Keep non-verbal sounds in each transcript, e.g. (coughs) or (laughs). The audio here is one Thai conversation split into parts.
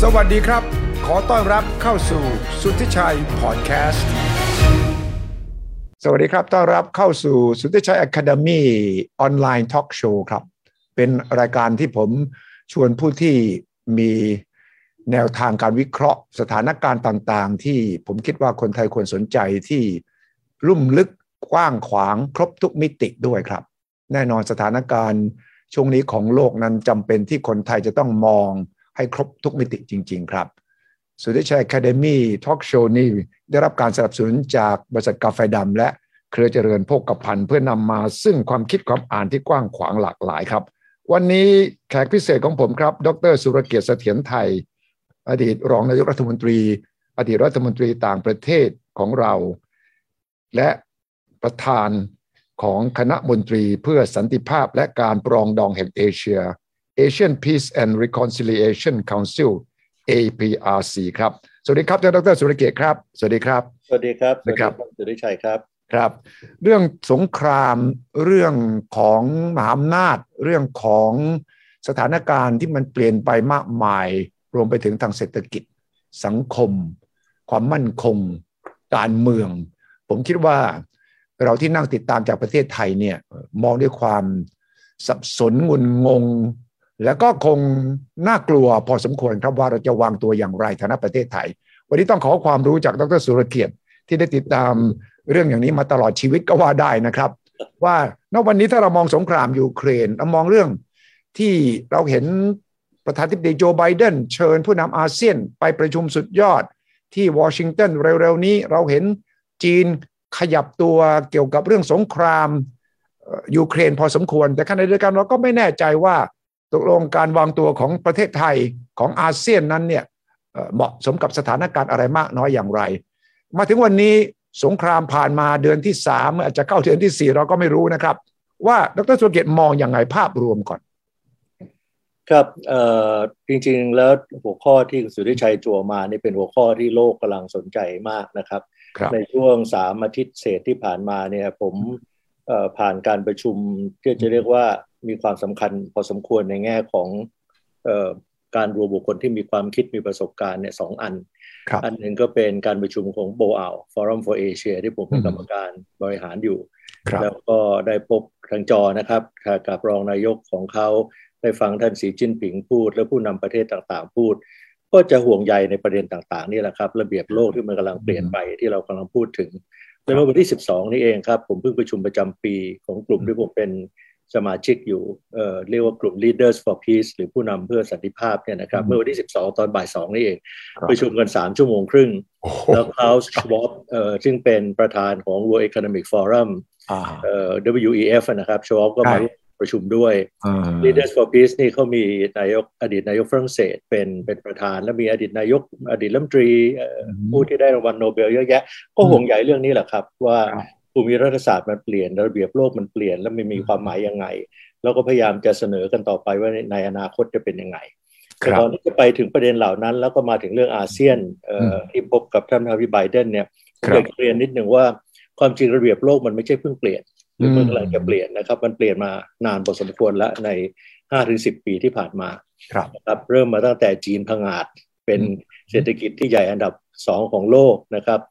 สวัสดีครับ ขอต้อนรับเข้าสู่สุทธิชัยพอดแคสต์ สวัสดีครับ ต้อนรับเข้าสู่สุทธิชัย Academy ออนไลน์ทอล์กโชว์ครับ เป็นรายการที่ผมชวนผู้ที่มีแนวทางการวิเคราะห์ สถานการณ์ต่างๆ ที่ผมคิดว่าคนไทยควรสนใจที่ลุ่มลึกกว้างขวางครบทุกมิติด้วยครับ แน่นอนสถานการณ์ ช่วงนี้ของโลกนั้นจำเป็นที่คนไทยจะต้องมองให้ครบทุกมิติจริง ๆ ครับสุทธิชัย Academy Talk Show นี่ได้รับการสนับสนุนจากบริษัทกาแฟดำและเครือเจริญโภคภัณฑ์เพื่อนำมาซึ่งความคิดความอ่านที่กว้างขวางหลากหลายครับ วันนี้แขกพิเศษของผมครับ ดรสุรเกียรติเสถียรไทย อดีตรองนายกรัฐมนตรี อดีตรัฐมนตรีต่างประเทศของเรา และประธานของคณะมนตรีเพื่อสันติภาพและการปรองดองแห่งเอเชีย Asian Peace and Reconciliation Council APRC ครับ สวัสดีครับท่านดรสุรเกียรติครับ สวัสดีครับ สวัสดีครับ สวัสดีครับ สุริชัยครับ ครับ เรื่องสงครามเรื่องของมหาอำนาจ เรื่องของสถานการณ์ที่มันเปลี่ยนไปมากมาย รวมไปถึงทางเศรษฐกิจ สังคม ความมั่นคง การเมือง ผมคิดว่าเราที่นั่งติดตามจากประเทศไทยเนี่ยมองด้วยความสับสนงุนงง แล้วก็คงน่ากลัวพอสมควรครับว่าเราจะวางตัวอย่างไรฐานะประเทศไทย วันนี้ต้องขอความรู้จากดรสุรเกียรติที่ได้ติดตาม เรื่องอย่างนี้มาตลอดชีวิตก็ว่าได้นะครับ ว่าณวันนี้ถ้าเรามองสงครามยูเครนเรามองเรื่องที่เราเห็นประธานาธิบดีโจไบเดนเชิญผู้นำอาเซียนไปประชุมสุดยอด ที่วอชิงตันเร็วๆนี้เราเห็นจีนขยับตัวเกี่ยวกับเรื่องสงครามเอ่อยูเครนพอสมควร แต่ขณะเดียวกันเราก็ไม่แน่ใจว่าตกลงการวางตัวของประเทศไทยของอาเซียนนั้นเนี่ยเอ่อเหมาะสมกับสถานการณ์อะไรมากน้อยอย่างไร มาถึงวันนี้สงครามผ่านมาเดือนที่สามอาจจะเข้าเดือนที่สี่เราก็ไม่รู้นะครับ ว่าดรสุรเกียรติมองอย่างไงภาพรวมก่อน ครับเอ่อจริงๆแล้วหัวข้อที่คุณสุริชัยจั่วมานี่เป็นหัวข้อที่โลกกำลังสนใจมากนะครับ ครับ ในช่วงสามอาทิตย์เศษที่ผ่านมาเนี่ยผมเอ่อผ่านการประชุมที่จะเรียกว่ามีความสำคัญพอสมควรในแง่ของเอ่อการรวมบุคคลที่มีความคิดมีประสบการณ์เนี่ยสองอัน ครับ อันหนึ่งก็เป็นการประชุมของโบอาลฟอรัม for Asia ที่ผมเป็น อืม กรรมการบริหารอยู่ ครับ แล้วก็ได้พบทางจอนะครับกับรองนายกของเขาได้ฟังท่านสีจิ้นผิงพูด และผู้นำประเทศต่างๆ พูด ก็จะห่วงใยในประเด็นต่างๆนี่แหละครับ ระเบียบโลกที่มันกำลังเปลี่ยนไปที่เรากำลังพูดถึงและเมื่อวันที่ 12 นี่เองครับ ผมเพิ่งประชุมประจำปีของกลุ่มที่ผมเป็นสมาชิกอยู่เอ่อเรียกว่ากลุ่ม Leaders for Peace หรือผู้นำเพื่อสันติภาพเนี่ยนะครับ อืม เมื่อวันที่ 12 ตอนบ่าย2นี่เอง ครับ ประชุมกันสามชั่วโมงครึ่ง โอ้โห แล้วคลาวส์ชวอปเอ่อซึ่งเป็นประธานของ World Economic Forum อ่า เอ่อ WEF อะนะครับชวอปก็ ใช่ มาร่วมประชุมด้วย อ่า Leaders for Peace นี่เขามีนายกอดีตนายกฝรั่งเศสเป็นเป็นประธาน และมีอดีตนายกอดีตรัฐมนตรีเอ่อผู้ที่ได้รางวัลโนเบลเยอะแยะ ก็ห่วงใยเรื่องนี้แหละครับ ว่า ครับ ภูมิรัฐศาสตร์มันเปลี่ยนระเบียบโลกมันเปลี่ยน แล้วมันมีความหมายยังไง แล้วก็พยายามจะเสนอกันต่อไปว่าในในอนาคตจะเป็นยังไง ครับ แต่ก่อนที่จะไปถึงประเด็นเหล่านั้น แล้วก็มาถึงเรื่องอาเซียนเอ่ออที่พบกับท่านฮาวิไบเดนเนี่ยผคมรับ อยากจะเรียนนิดหนึ่งว่าความจริงระเบียบโลกมันไม่ใช่เพิ่งเปลี่ยน หรือเมื่อกำลังจะเปลี่ยนนะครับ มันเปลี่ยนมานานพอสมควรแล้วใน 5-10 ปีที่ผ่านมา ครับ นะครับ เริ่มมาตั้งแต่จีนพังอาจเป็น อืม เศรษฐกิจที่ใหญ่อันดับ 2 ของโลกนะครับ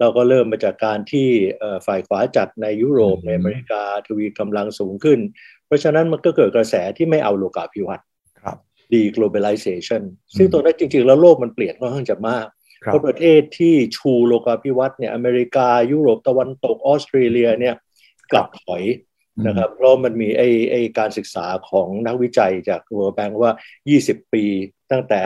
เราก็เริ่มมาจากการที่เอ่อฝ่ายขวาจัดในยุโรป อืม ในอเมริกาทวีกำลังสูงขึ้น เพราะฉะนั้นมันก็เกิดกระแสที่ไม่เอาโลกาภิวัตน์ ครับ deglobalization ซึ่ง อืม ตรงนั้นจริงๆ แล้วโลกมันเปลี่ยนค่อนข้างจะมาก ครับเพราะประเทศที่ชูโลกาภิวัตน์เนี่ยอเมริกา ยุโรปตะวันตกออสเตรเลียเนี่ยกลับถอยนะครับเพราะมันมีไอไอการศึกษาของนักวิจัยจาก World Bank ว่า 20 ปีตั้งแต่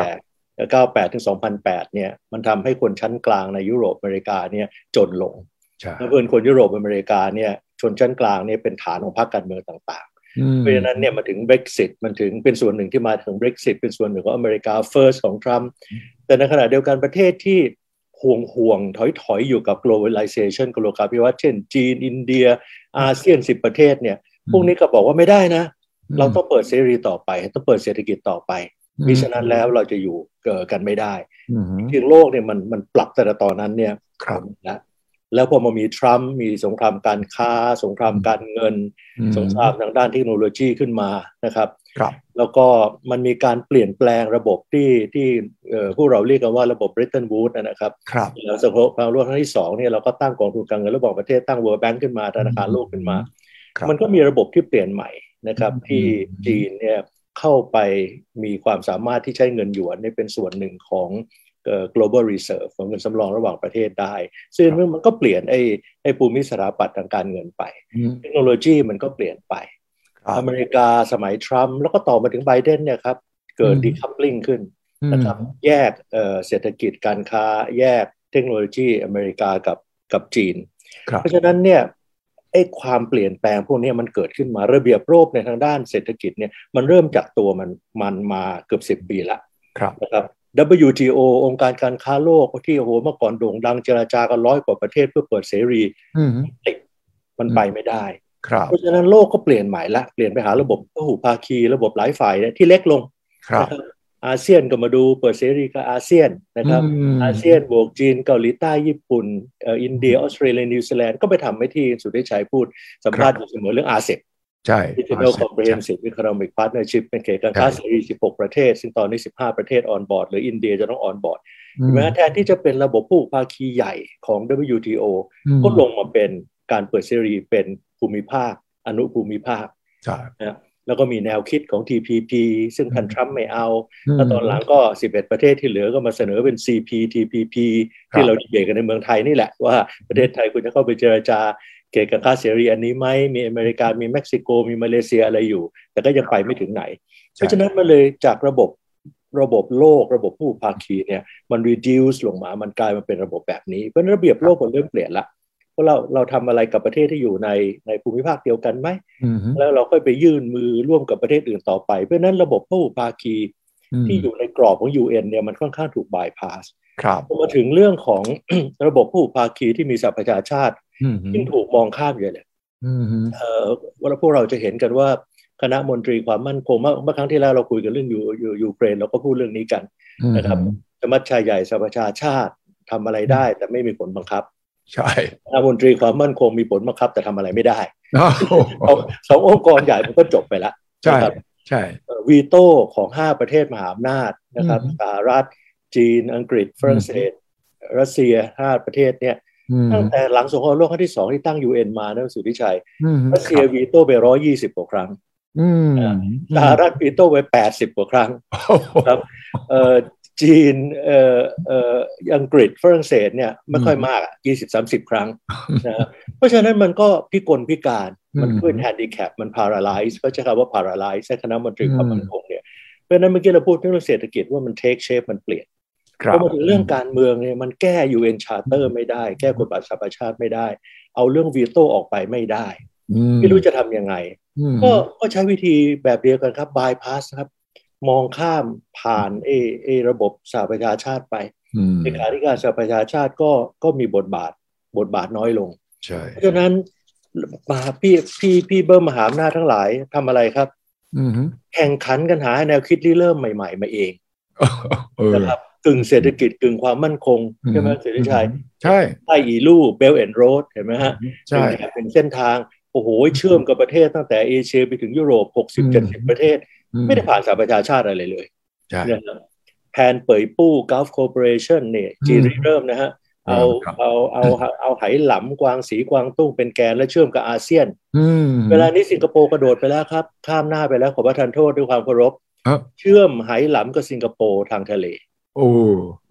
ครับ 98 ถึง 2008 เนี่ยมันทำให้คนชั้นกลางในยุโรปอเมริกาเนี่ยจนลง ใช่ แล้วเพื่อนคนยุโรปอเมริกาเนี่ยชนชั้นกลางเนี่ยเป็นฐานของพรรคการเมืองต่าง ๆ อืม เพราะฉะนั้นเนี่ยมาถึง Brexit มันถึงเป็นส่วนหนึ่งที่มาถึง Brexit เป็นส่วนหนึ่งของอเมริกา First ของทรัมป์แต่ในขณะเดียวกันประเทศที่ห่วงห่วงถอยถอยๆ อยู่กับ globalization กับโลกาภิวัตน์เช่น จีน อินเดีย อาเซียน 10 ประเทศเนี่ยพวกนี้ก็บอกว่าไม่ได้นะ เราต้องเปิดเสรีต่อไป ต้องเปิดเศรษฐกิจต่อไปมิฉะนั้นแล้วเราจะอยู่เกิดกันไม่ได้ อืม ที่โลกเนี่ยมันมันปรับแต่ละตอนนั้นเนี่ย ครับ นะแล้วพอมามีทรัมป์มีสงครามการค้า สงครามการเงิน อื สงครามทางด้านเทคโนโลยีขึ้นมานะครับ ครับ แล้วก็มันมีการเปลี่ยนแปลงระบบที่ที่เอ่อผู้เราเรียกกันว่าระบบบริ t ต n w วูดนะครับ ครับ หลังสงครามโลกครั้งที่สองเนี่ยเราก็ตั้งกองทุนการเงินระบบประเทศตั้ง World Bank ขึ้นมาธนาคารโลกขึ้นมา ครับ มันก็มีระบบที่เปลี่ยนใหม่นะครับ อืม ที่จีนเนี่ยเข้าไปมีความสามารถที่ใช้เงินหยวนเนี่ยเป็นส่วนหนึ่งของเอ่อ global reserve ของเงินสำรองระหว่างประเทศได้ ซึ่งมันก็เปลี่ยนไอ้ไอ้ภูมิสถาปัตย์ทางการเงินไป อืม เทคโนโลยีมันก็เปลี่ยนไป ครับ อเมริกาสมัยทรัมป์แล้วก็ต่อมาถึงไบเดนเนี่ยครับเกิด อืม ดีคัพลิงขึ้นนะครับแยกเอ่อเศรษฐกิจการค้าแยกเทคโนโลยีอเมริกากับกับจีน ครับ เพราะฉะนั้นเนี่ยไอ้ความเปลี่ยนแปลงพวกเนี้ยมันเกิดขึ้นมาระเบียบโลกในทางด้านเศรษฐกิจเนี่ยมันเริ่มจากตัวมันมันมาเกือบสิบ10 ปีละ ครับ นะครับ WTO องค์การการค้าโลกที่โอ้โหเมื่อก่อนโด่งดังเจราจากันร้อยกว่าประเทศเพื่อเปิดเสรี อืม มันไปไม่ได้ ครับ เพราะฉะนั้นโลกก็เปลี่ยนใหม่ละเปลี่ยนไปหาระบบพหูภาคีระบบหลายฝ่ายเนี่ยที่เล็กลง ครับ นะครับอาเซียนก็มาดูเปิดเสรีกับอาเซียนนะครับ อืม อาเซียนบวกจีนเกาหลีใต้ญี่ปุ่นเอ่ออินเดียออสเตรเลียนิวซีแลนด์ก็ไปทำให้ที่สุดได้ใช้พูดสัมภาษณ์อยู่เสมอเรื่องอาเซียน ใช่ ดิจิทัลคอมเพลน s ิ v วิ c o n o m i c Partnership เป็นเขตการค้าเสรี 16 ประเทศ ซึ่งตอนนี้ 15 ประเทศออนบอร์ดหรืออินเดียจะต้องออนบอร์ด อืม แม้แทนที่จะเป็นระบบผู้ภาคีใหญ่ของ WTO อืม ก็ลงมาเป็นการเปิดเสรีเป็นภูมิภาค อนุภูมิภาค ใช่ แล้วก็มีแนวคิดของ TPP ซึ่งท่านทรัมป์ไม่เอา ม แล้วตอนหลังก็ 11 ประเทศที่เหลือก็มาเสนอเป็น CPTPP ครับ ที่เราดีเบตกันในเมืองไทยนี่แหละ ว่าประเทศไทยคุณจะเข้าไปเจรจาเกี่ยวกับค่าเสรีอันนี้ไหมมีอเมริกา มีเม็กซิโก มีมาเลเซียอะไรอยู่ แต่ก็ยังไปไม่ถึงไหน เพ ใช่ ราะฉะนั้นมันเลยจากระบบระบบโลกระบบผู้ภาคีเนี่ยมัน reduce ลงมามันกลายมาเป็นระบบแบบนี้ เพราะฉะนั้นระเบียบโลกมันเริ่มเปลี่ยนละว่าเราเราทำอะไรกับประเทศที่อยู่ในในภูมิภาคเดียวกันไหม อืม แล้วเราค่อยไปยื่นมือร่วมกับประเทศอื่นต่อไป เพราะฉะนั้นระบบผู้ภาคี ม ที่อยู่ในกรอบของ UN เนี่ยมันค่อนข้างถูกบายพาส ครับ พอมาถึงเรื่องของ (coughs) ระบบผู้ภาคีที่มีสหประชาชาติ อืม ยิ่งถูกมองข้ามเยอะเลย อืม เอ่อเวันพวกเราจะเห็นกันว่าคณะมนตรีความมั่นคงเมื่อเมื่อครั้งที่แล้วเราคุยกันเรื่องยูยูยูเครนเราก็พูดเรื่องนี้กัน นะครับ สมัชชาใหญ่สหประชาชาติทำอะไรได้ แต่ไม่มีผลบังคับ ใช่ คณะมนตรีความมั่นคงมีผลบังคับ แต่ทำอะไรไม่ได้ โอ้โห สองสององค์กรใหญ่มันก็จบไปละ ใช่ ใช่ เอ่อวีโต้ของ 5 ประเทศมหาอำนาจนะครับ อืม สหรัฐ จีน อังกฤษ ฝรั่งเศส รัสเซีย 5 ประเททศเนี่ย อืม ตั้งแต่หลังสงครามโลกครั้งที่ 2 ที่ตั้ง UN มานะคุณสุทธิชัย อืม รัสเซีย ครับ วีโต้ไป 120 กว่าครั้ง อืม สหรัฐวีโต้ไป 80 กว่าครั้ง โอ้โห ครับเอ่อจีนเอ่อเอ่ออังกฤษ ฝรั่งเศสเนี่ยไม่ค่อย อืม มากอ่ะ20 30 ค (laughs) รั้งนะครับเพราะฉะนั้นมันก็พิกลพิการมัน อืม ขึ้นแฮนดิแคปมันพาราไลซ์ก็ใช้คำว่าพาราไลซ์คณะมนตรีความมั่นคงเนี่ย เพราะฉะนั้นเมื่อกี้เราพูดเรื่องเศรษฐกิจว่ามันเทคเชฟมันเปลี่ยน ครั พ บ อมาถึงเรื่องการเมืองเนี่ยมันแก้ UN Charter ไม่ได้ แก้กฎหมายสหประชาชาติไม่ได้ เอาเรื่องวีโต้ออกไปไม่ได้ อื ไม่รู้จะทำยังไง อืม ก็ก็ใช้วิธีแบบเดียวกันครับบายพาสครับ มองข้ามผ่านเอเอระบบสหประชาชาติไป อืม เลขาธิการสหประชาชาติก็ก็มีบทบาทบทบาทน้อยลง ใช่ เพราะฉะนั้นมหาพี่พี่พี่เบิ้มมหาอำนาจทั้งหลายทำอะไรครับ อืม แข่งขันกันหาแนวคิดริเริ่มใหม่ๆมาเอง เออ นะครับกึ่งเศรษฐกิจกึ่งความมั่นคง ใช่ไหมเสรีชัย ใช่ ไทยอีลู่เบลแอนด์โรดเห็นไหมฮะ ใช่ เป็นเป็นเส้นทาง โอ้โห เชื่อมกับประเทศตั้งแต่เอเชียไปถึงยุโรป อืม 60 70 ประเทศ ไม่ได้ผ่านสหประชาชาติอะไรเลย ใช่ นะครับแผนเปิดปู้ก u ฟคอร์ปอเรชันเนี่ยจีน อืม เริ่มนะฮะ เอา ครับ เอา (laughs) เอาเอาเอาไหหลำกวางสีกวางตุ้งเป็นแกนและเชื่อมกับอาเซียน อืม เวลานี้สิงคโปร์กระโดดไปแล้วครับ ข้ามหน้าไปแล้วขอประทานโทษด้วยความเคารพ ครับ เชื่อมไหหลำกับสิงคโปร์ทางทะเล โอ้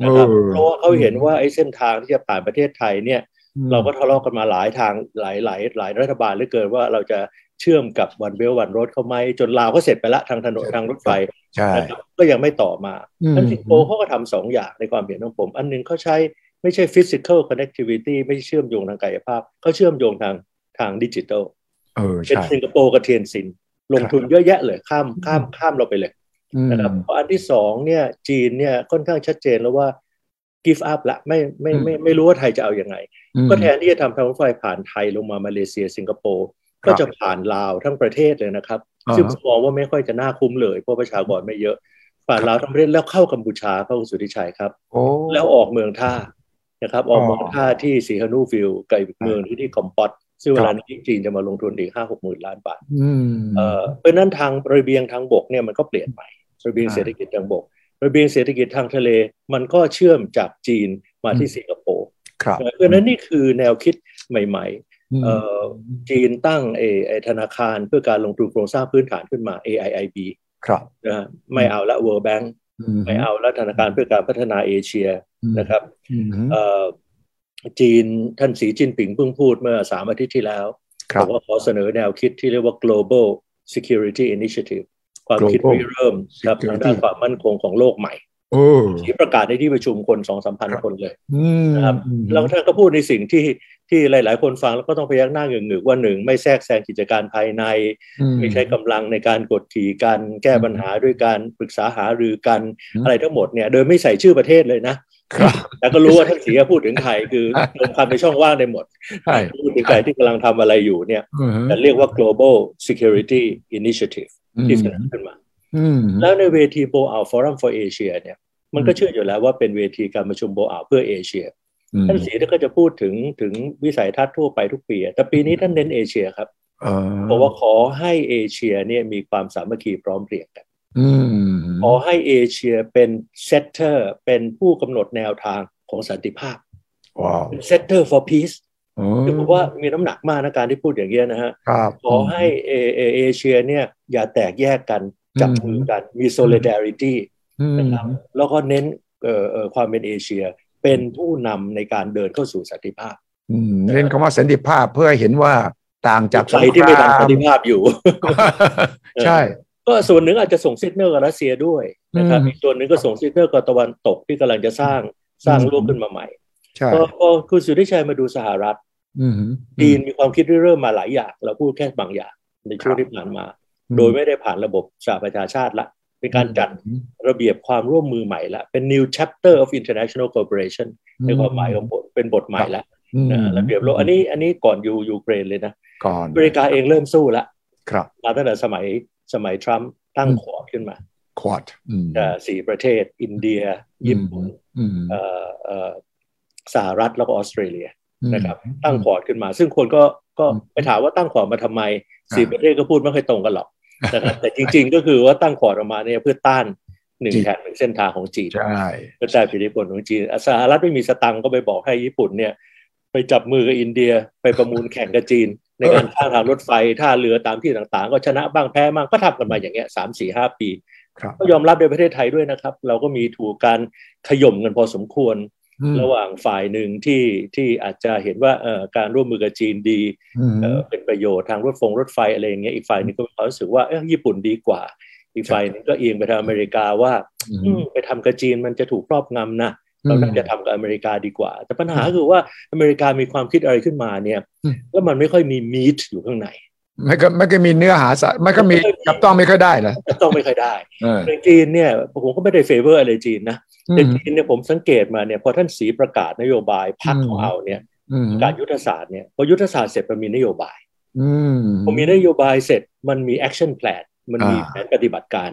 นะครับ ออ เพราะว่าเขาเห็นว่าไอ้เส้นทางที่จะผ่านประเทศไทยเนี่ย อืม เราก็ทะเลาะกันมาหลายทางหลายหลายหลายรัฐบาลเหลือเกินว่าเราจะเชื่อมกับวันเบลวันรถเขาไหมจนลาวก็เสร็จไปละทางถนนทางรถไฟ ใช่ นะครับก็ยังไม่ต่อมา อืม อันสิงคโปร์เขาก็ทำสองอย่างในความเห็นของผม อันหนึงเขาใช้ไม่ใช่ physical connectivity ไม่เชื่อมโยงทางกายภาพเขาเชื่อมโยงทางทางดิจิทัล เออ เป็น ใช่ สิงคโปร์กับเทียนซินลงทุนเยอะแยะเลยข้ามข้ามข้ามเราไปเลย อืม นะครับเพราะอันที่สองเนี่ยจีนเนี่ยค่อนข้างชัดเจนแล้วว่า give up ละไม่ไม่ อืม ไม่ไม่รู้ว่าไทยจะเอาอยัางไง อืม ก็แทนที่จะทำทางรถไฟผ่านไทยลงมามาเลเซียสิงคโปร์ ครับ ก็จะผ่านลาวทั้งประเทศเลยนะครับ อ่าฮะ ซึ่งผมมองว่าไม่ค่อยจะน่าคุ้มเลย เพราะประชากรไม่เยอะ ผ่านลาวทั้งประเทศแล้วเข้ากัมพูชาเข้าสุทธิชัยครับ โอ้ แล้วออกเมืองท่านะครับออกเมืองท่าที่สีฮานูฟิลด์กับอีกเมืองที่ที่คอมปอต ซึ่งเวลานี้จีนจะมาลงทุนอีกห้าหกหมื่นล้านบาท อืม เอ่อเพราะฉะนั้นทางระเบียงทางบกเนี่ยมันก็เปลี่ยนใหม่ระเบียง อ่า เศรษฐกิจทางบกระเบียงเศรษฐกิจทางทะเล มันก็เชื่อมจากจีนมาที่ อืม สิงคโปร์ ครับ เอ่อเพราะฉะนั้นนี่คือแนวคิดใหม่ อืม เอ่อ ๆ จีนตั้งเอไอธนาคารเพื่อการลงทุนโครงสร้างพื้นฐานขึ้นมา AIIB ครับ นะฮะไม่เอาละ World Bank ไม่เอาละธนาคารเพื่อการพัฒนาเอเชียนะครับ อืม เอ่อจีนท่านสีจิ้นผิงเพิ่งพูดเมื่อสามอาทิตย์ที่แล้ว ครับ ผมก็ขอเสนอแนวคิดที่เรียกว่า global security initiative ความคิด Global ริเริ่มครับ Security ทางด้านความมั่นคงของโลกใหม่ โอ้ ที่ประกาศในที่ประชุมคนสองสามพันคนเลย อืม นะครับ อืม แล้วท่านก็พูดในสิ่งที่ที่หลาย ๆ คนฟังแล้วก็ต้องพยักหน้าเงึกๆว่าหนึ่งไม่แทรกแซงกิจการภายใน อืม ไม่ใช้กำลังในการกดขี่กันแก้ปัญหาด้วยการปรึกษาหารือกัน อืม อะไรทั้งหมดเนี่ยโดยไม่ใส่ชื่อประเทศเลยนะ ครับ แต่ก็รู้ว่าท่านเสียพูดถึงใครคือลงความในช่องว่างได้หมด ใช่ พูดถึงใครที่กำลังทำอะไรอยู่เนี่ย อือฮึ แต่เรียกว่า global security initiative อืม ที่เสนอขึ้นมา อืม แล้วในเวทีโบอา Forum for Asia เนี่ยมันก็เชื่ออยู่แล้วว่าเป็นเวทีการประชุมโบอาเพื่อเอเชีย อืม ท่านศรีก็จะพูดถึงถึงวิสัยทัศน์ทั่วไปทุกปีอะแต่ปีนี้ท่านเน้นเอเชียครับ เอ่อ บอกว่าขอให้เอเชียเนี่ยมีความสามัคคีพร้อมเพรียงกัน อืม ขอให้เอเชียเป็นเซตเตอร์เป็นผู้กำหนดแนวทางของสันติภาพ ว้าว เป็นเซตเตอร์ for peace โอ้ คือผมว่ามีน้ำหนักมากนะการที่พูดอย่างเงี้ยนะฮะ ครับ ขอให้เอเอเอเชียเนี่ยอย่าแตกแยกกันจับมือกันมี solidarity อืม นะครับแล้วก็เน้นเอ่อเอ่อความเป็นเอเชียเป็นผู้นำในการเดินเข้าสู่สันติภาพ อืมเล่นคำว่าสันติภาพเพื่อให้เห็นว่าต่างจาก ใครที่ไม่ทำสันติภาพอยู่ ใช่ ก็ส่วนหนึ่งอาจจะส่งซิกเนอร์กับรัสเซียด้วยนะครับ อืม อีกส่วนหนึ่งก็ส่งซิกเนอร์กับตะวันตกที่กำลังจะสร้างสร้าง อืม โลกขึ้นมาใหม่ ใช่ พอพอคุณสุทธิชัยมาดูสหรัฐ อืมอืม จีนมีความคิดเริ่มมาหลายอย่างเราพูดแค่บางอย่างในช่วครังบ ที่ผ่านมา โดยไม่ได้ผ่านระบบสหประชาชาติละเป็นการจัด ระเบียบความร่วมมือใหม่ละเป็น new chapter of international cooperation ในความหมายของบทเป็นบทใหม่ละ อืม นะระเบียบโลกอันนี้อันนี้ก่อนยูยูเครนเลยนะ ก่อน อเมริกาเองเริ่มสู้ละ ครับ มาตั้งแต่สมัยสมัยทรัมป์ตั้งขอบขึ้นมา ควอดอืม เอ่อสี่ประเทศ อินเดีย ญี่ปุ่น อืม เอ่อเอ่อสหรัฐแล้วก็ออสเตรเลีย อืม นะครับตั้งขอบขึ้นมา ซึ่งคนก็ก็ อืม ไปถามว่าตั้งขอบมาทำไมสี่ อ่า ประเทศก็พูดไม่ค่อยตรงกันหรอกนะครับแต่จริง ๆ ก็คือว่าตั้งขอบออกมาเนี่ยเพื่อต้านหนึ่งแถบหนึ่งเส้นทางของจีน ใช่ กระจายผลิตผลของจีนอ่ะสหรัฐไม่มีสตังค์ก็ไปบอกให้ญี่ปุ่นเนี่ย ไปจับมือกับอินเดียไปประมูลแข่งกับจีน ในการสร้างทางรถไฟท่าเรือตามที่ต่างๆ ก็ชนะบ้างแพ้บ้างก็ทำกันมาอย่างเงี้ยสามสี่ห้าปี ครับ ก็ยอมรับในประเทศไทยด้วยนะครับ เราก็มีถูกการขย่มกันพอสมควร อืม ระหว่างฝ่ายหนึ่งที่ที่อาจจะเห็นว่าเอ่อการร่วมมือกับจีนดี อืม เอ่อเป็นประโยชน์ทางรถฟงรถไฟอะไรอย่างเงี้ยอีกฝ่ายหนึงก็มีความรู้สึกว่าเอ้ยญี่ปุ่นดีกว่า อีกฝ่ายหนึงก็เอียงไปทางอเมริกาว่า อืมไปทำกับจีนมันจะถูกครอบงำนะเราน่าจะทำกับอเมริกาดีกว่า แต่ปัญหาคือว่าอเมริกามีความคิดอะไรขึ้นมาเนี่ย อืม แล้วมันไม่ค่อยมีมีดอยู่ข้างใน ไม่ก็ไม่ก็มีเนื้อหาสะไม่ก็มี ไม่ค่อยมี จับต้องไม่ค่อยได้นะ แต่ต้องไม่ค่อยได้ เออ ในจีนเนี่ยผมก็ไม่ได้เฟเวอร์อะไรจีนนะ อื แต่ ม จีนเนี่ยผมสังเกตมาเนี่ยพอท่านสีประกาศนโยบายพรรค อืม ของเอาเนี่ย อืม ประกาศยุทธศาสตร์เนี่ยพอยุทธศาสตร์เสร็จมันมีนโยบาย อืม พอมีนโยบายเสร็จมันมีแอคชั่นแพลนมันมี อ่า แผนปฏิบัติการ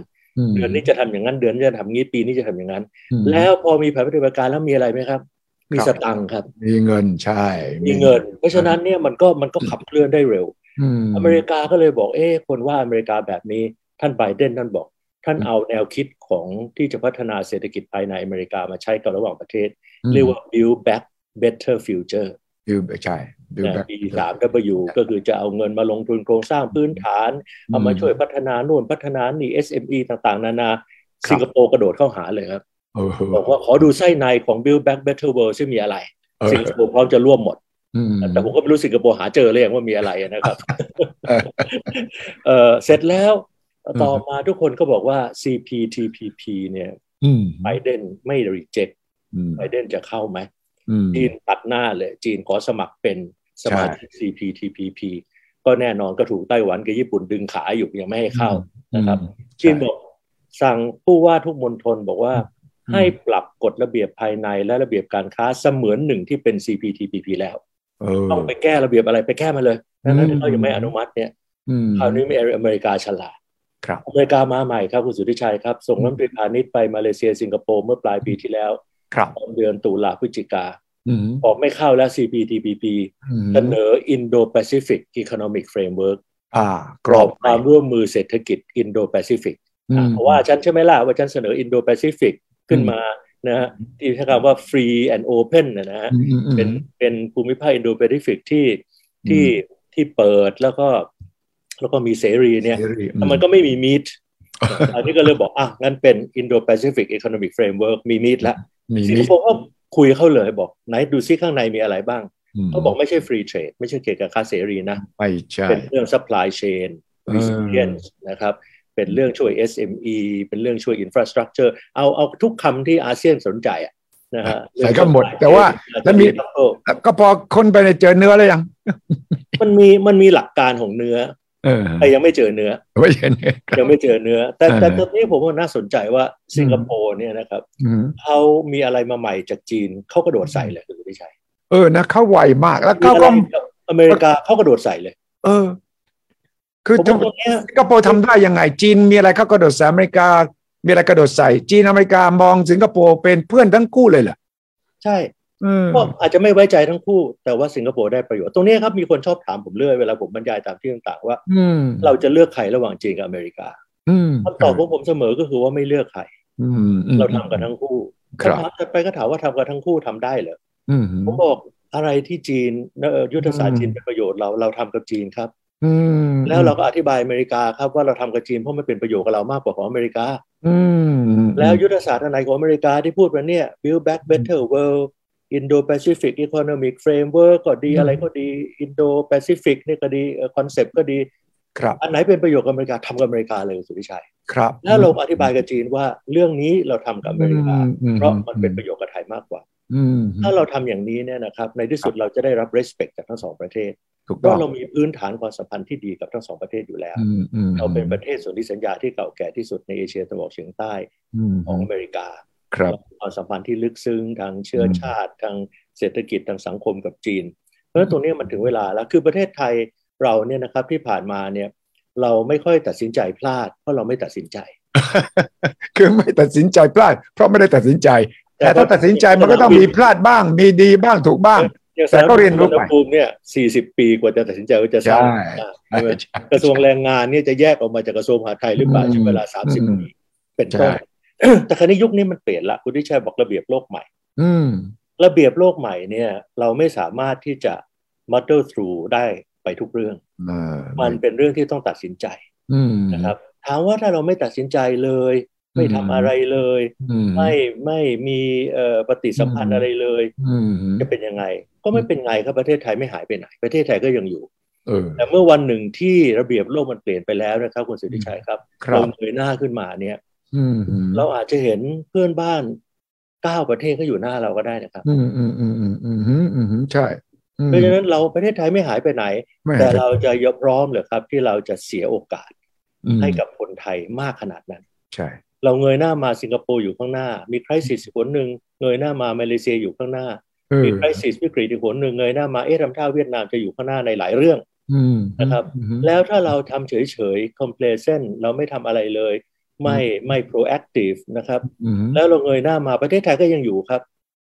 ม เดือนนี้จะทำอย่างนั้นเดือนนี้จะทำงี้ปีนี้จะทำอย่างนั้น อืม แล้วพอมีแผนปฏิบัติการแล้วมีอะไรไหมครับ มี ครับ สตังค์ครับ มีเงินใช่ มีเงิน เพราะฉะนั้นเนี่ยมันก็มันก็ขับเคลื่อนได้เร็ว อืม อเมริกาก็เลยบอกเอ๊ะคนว่าอเมริกาแบบนี้ท่านไบเดนท่านบอก ท่าน อืม เอาแนวคิดของที่จะพัฒนาเศรษฐกิจภายในอเมริกามาใช้กับระหว่างประเทศ เรียกว่า build back better future บิวใช่บิว นะ แบ็ B3 W ก็คือจะเอาเงินมาลงทุนโครงสร้างพื้นฐาน เอามาช่วยพัฒนาโน่นพัฒนานี่ SME ต่างๆ นานา ครับ สิงคโปร์กระโดดเข้าหาเลยครับ โอ้โห บอกว่าขอดูไส้ในของ build back better world ซึ่งมีอะไร เออ สิงคโปร์พร้อมจะร่วมหมด อืม แต่ผมก็ไม่รู้สิงคโปร์หาเจอหรือยังว่ามีอะไรอะ (laughs) นะครับ เออ เออเสร็จแล้ว ม ต่อมาทุกคนก็บอกว่า CPTPP เนี่ย อืม ไบเดนไม่รีเจ็ค อืม ไบเดนจะเข้าไหม อืม จีนตัดหน้าเลย จีนขอสมัครเป็นสมาชิก CPTPP ก็แน่นอนก็ถูกไต้หวันกับญี่ปุ่นดึงขาอยู่ยังไม่ให้เข้า นะครับ จีนบอกสั่งผู้ว่าทุกมณฑลบอกว่า อืม ให้ปรับกฎระเบียบภายในและระเบียบการค้าเสมือนหนึ่งที่เป็น CPTPP แล้ว เออ ต้องไปแก้ระเบียบอะไรไปแก้มาเลยนั่นถ้าเขายังไม่ อืม อนุมัติเนี่ย อืม คราวนี้มีอเมริกาฉลาด ครับ อเมริกามาใหม่ครับคุณสุทธิชัยครับ ส่ง อืม รัฐมนตรีพาณิชย์ไปมาเลเซียสิงคโปร์เมื่อปลายปีที่แล้ว ครับ ตอนเดือนตุลาพฤศจิกา อืม บอกไม่เข้าแล้ว CPTPP อืม เสนอ Indo-Pacific Economic Framework อ่ากรอบ ความร่วมมือเศรษฐกิจ Indo-Pacific อืม เพราะว่าฉันใช่ไหมล่ะว่าฉันเสนอ Indo-Pacific ขึ้นมานะฮะที่ใช้คำว่า free and open นะนะฮะ อืมอืมอืม เป็นเป็นภูมิภาคอินโดแปซิฟิกที่ อืม ที่ที่เปิดแล้วก็ แล้วก็มีเสรีเนี่ย เสรีอื แต่มันก็ไม่มีมีดอันนี้ก็เลยบอกอ่ะงั้นเป็น Indo Pacific Economic Framework มีมีดละ มี สิงค มี โปร์ก็คุยเข้าเลยบอก ไหนดูซิข้างในมีอะไรบ้างเขาบอกไม่ใช่ Free Trade ไม่ใช่เกี่ยวกับค่าเสรีนะ ไม่ใช่ เป็นเรื่อง supply chain เออ resilience นะครับ เป็นเรื่องช่วย SME เป็นเรื่องช่วย infrastructure เอาเอาทุกคำที่อาเซียนสนใจอะนะฮะ ใส่เข้าหมดแต่ว่าแล้วมี แล้วก็พอคนไปเนี่ยเจอเนื้อแล้วยัง มันมีมันมีหลักการของเนื้อ เออ แต่ยังไม่เจอเนื้อ ไม่เห็นเนี่ยครับ ยังไม่เจอเนื้อ แต่แต่ อ่าฮะ ตอนนี้ผมว่าน่าสนใจว่าสิงคโปร์เนี่ยนะครับ อืม เขามีอะไรมาใหม่จากจีนเขากระโดดใส่เลยคุณวิชัย เออนะเขาไวมากแล้ว มี เขา อะไร ก็ จากอเมริกาเขากระโดดใส่เลย เออ คือ ผม ทำ ว่าตรงเนี้ย สิงคโปร์ทำได้ยังไง จีนมีอะไรเขากระโดดใส่อเมริกา มีอะไรกระโดดใส่ จีนอเมริกามองสิงคโปร์เป็นเพื่อนทั้งคู่เลยเหรอ ใช่ เออ ก็อาจจะไม่ไว้ใจทั้งคู่ แต่ว่าสิงคโปร์ได้ประโยชน์ ตรงเนี้ยครับมีคนชอบถามผมเรื่อยเวลาผมบรรยายตามที่ต่างๆว่า อืม เราจะเลือกใครระหว่างจีนกับอเมริกา อืม คำตอบของผมเสมอก็คือว่าไม่เลือกใคร อืมอืม เราทำกันทั้งคู่ ครับ คำถามถัดไปก็ถามว่าทำกันทั้งคู่ทำได้เหรอ อืม ผมบอกอะไรที่จีนเอ่อยุทธศาสต อืมร์จีนเป็นประโยชน์เราเราทำกับจีนครับ อืม แล้วเราก็อธิบายอเมริกาครับว่าเราทำกับจีนเพราะมันเป็นประโยชน์กับเรามากกว่าของอเมริกา อืม แล้วยุทธศาสตร์อันไหนของอเมริกาที่พูดมาเนี่ย build back better world Indo Pacific Economic Framework ก็ดีอะไรก็ดี Indo Pacific นี่ก็ดีคอนเซปต์ก็ดี ครับ อันไหนเป็นประโยชน์กับอเมริกาทำกับอเมริกาเลยสุทธิชัย ครับ แล้วเราอธิบายกับจีนว่าเรื่องนี้เราทำกับอเมริกา อื เพราะมันเป็นประโยชน์กับไทยมากกว่า อืม ถ้าเราทำอย่างนี้เนี่ยนะครับในที่สุดเราจะได้รับ respect จากทั้งสองประเทศ ถูก เพ ต้อง ราะเรามีพื้นฐานความสัมพันธ์ที่ดีกับทั้งสองประเทศอยู่แล้ว อืมอืม เราเป็นประเทศสนธิสัญญาที่เก่าแก่ที่สุดในเอเชียตะวันออกเฉียงใต้ อืม ของอเมริกา ครับ เรามีความสัมพันธ์ที่ลึกซึ้งทางเชื้อชาติทางเศรษฐกิจทางสังคมกับจีน เพราะฉะนั้นตรงนี้มันถึงเวลาแล้วคือประเทศไทยเราเนี่ยนะครับที่ผ่านมาเนี่ยเราไม่ค่อยตัดสินใจพลาด เพราะเราไม่ตัดสินใจ คือไม่ตัดสินใจพลาด เพราะไม่ได้ตัดสินใจ แต่ถ้าตัดสินใจมันก็ต้องมีพลาดบ้าง มีดีบ้างถูกบ้าง อย่าง แต่ก็เรียนรู้ ส ไป มภูมิเนี่ย 40 ปีกว่าจะตัดสินใจว่าจะสร้าง ใช่ ใช่ไหมกระทรวงแรงงานเนี่ยจะแยกออกมาจากกระทรวงมหาดไทยหรือเปล่า อืม ใช้เวลา อืม 30 ปี เป็นต้น ใช่ แต่คราวนี้ยุคนี้มันเปลี่ยนละคุณทิชัยบอกระเบียบโลกใหม่ อืม ระเบียบโลกใหม่เนี่ย เราไม่สามารถที่จะ muddle through ได้ไปทุกเรื่อง เออ มันเป็นเรื่องที่ต้องตัดสินใจ อืม นะครับถามว่าถ้าเราไม่ตัดสินใจเลย ไม่ทำอะไรเลย อืม ไม่ไม่มีเอ่อปฏิสัมพัน อื ธ์ ม อะไรเลย อืม จะเป็นยังไง ก็ไม่เป็นไงครับประเทศไทยไม่หายไปไหน ประเทศไทยก็ยังอยู่ เออ แต่เมื่อวันหนึ่งที่ระเบียบโลกมันเปลี่ยนไปแล้วนะครับคุณสุทธิชัยครับ ครั เรา บ เงยหน้าขึ้นมาเนี่ย อืมอืม เราอาจจะเห็นเพื่อนบ้านเก้าประเทศก็อยู่หน้าเราก็ได้นะครับ อืมอืมอืมอืมอืมอืมอืมใช่อืม เพราะฉะนั้นเราประเทศไทยไม่หายไปไหน ไม่ แต่เราจะยอมพร้อมเหรือครับที่เราจะเสียโอกาส อืม ให้กับคนไทยมากขนาดนั้น ใช่ เราเงยหน้ามาสิงคโปร์อยู่ข้างหน้า มีคริสิสคนหนึ่งเงยหน้ามามาเลเซียอยู่ข้างหน้า เออ มีคริสิสวิกฤตอีกคนหนึ่งเงยหน้ามาเอ๊ะทำท่าเวียดนามจะอยู่ข้างหน้าในหลายเรื่อง อืม นะครับ แล้วถ้าเราทำเฉยๆ complacent เราไม่ทำอะไรเลย ไม่ไม่ proactive นะครับ อืม แล้วเราเงยหน้ามาประเทศไทยก็ยังอยู่ครับ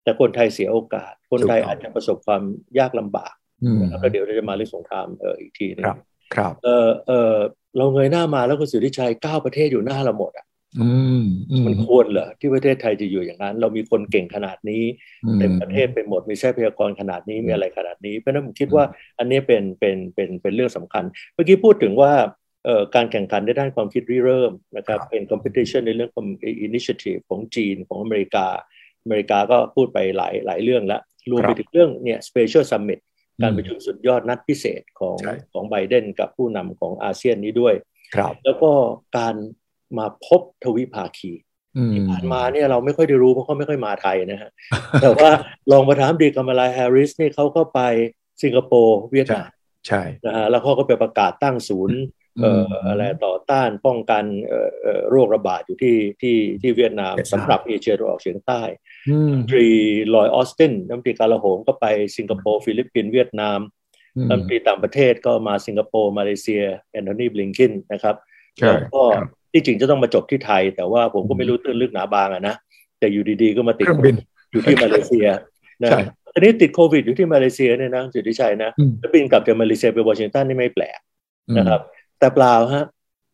แต่คนไทยเสียโอกาส คนไทย ถูกต้อง อาจจะประสบความยากลำบาก อืม นะครับแล้วเดี๋ยวเราจะมาเรื่องสงครามเอออีกทีหนึง ครับ ครับ เออเออเราเงยหน้ามาแล้วคุณสุทธิชัยเก้าประเทศอยู่หน้าเราหมดอ่ะ อืมอืม มันควรเหรอที่ประเทศไทยจะอยู่อย่างนั้น เรามีคนเก่งขนาดนี้ อืม เต็มประเทศไปหมดมีทรัพยากรขนาดนี้ อืม มีอะไรขนาดนี้ เพราะฉะนั้นผมคิดว่าอันนี้เป็นเป็นเป็นเป็นเรื่องสำคัญ เมื่อกี้พูดถึงว่าเอ่อการแข่งขันในด้านความคิดริเริ่มนะครับ ครับ เป็น competition ในเรื่องของ initiative ของจีนของอเมริกา อเมริกาก็พูดไปหลายหลายเรื่องแล้ว รวมไปถึงเรื่องเนี่ย special summit การประชุมสุดยอดนัดพิเศษของ ใช่ ของไบเดนกับผู้นำของอาเซียนนี้ด้วย ครับ แล้วก็การมาพบทวิภาคี อืม ที่ผ่านมาเนี่ยเราไม่ค่อยได้รู้เพราะเขาไม่ค่อยมาไทยนะฮ (laughs) ะ แต่ว่ารองประธานดีกัมมาลาแฮร์ริสนี่เขาก็ไปสิงคโปร์เวียดนาม ใช่ นะฮะแล้วเขาก็ไปประกาศตั้งศูนย์เอ่อออะไรต่อต้านป้องกันเอ่อเอ่อโรคระบาดอยู่ที่ที่ที่เวียดนามสำหรับเอเชียตะวันออกเฉียงใต้ อืม ตรีลอยออสตินน้ำตรีกาลาโหมก็ไปสิงคโปร์ฟิลิปปินส์เวียดนาม อืม น้ำตรีต่างประเทศก็มาสิงคโปร์มาเลเซียแอนโทนีบลิงกินนะครับ ใช่ แล้วก็ ครับ ที่จริงจะต้องมาจบที่ไทย แต่ว่าผมก็ อืม ไม่รู้ตื้นลึกหนาบางอะนะ แต่อยู่ดีๆก็มาติด เครื่องบิน อยู่ที่มาเลเซียนะ ใช่ ทีนี้ติดโควิดอยู่ที่มาเลเซียเนี่ยนะคุณสุทธิชัยนะ อืม แล้วบินกลับจากมาเลเซียไปวอชิงตันนี่ไม่แปลก อืม นะครับ แต่เปล่าฮะ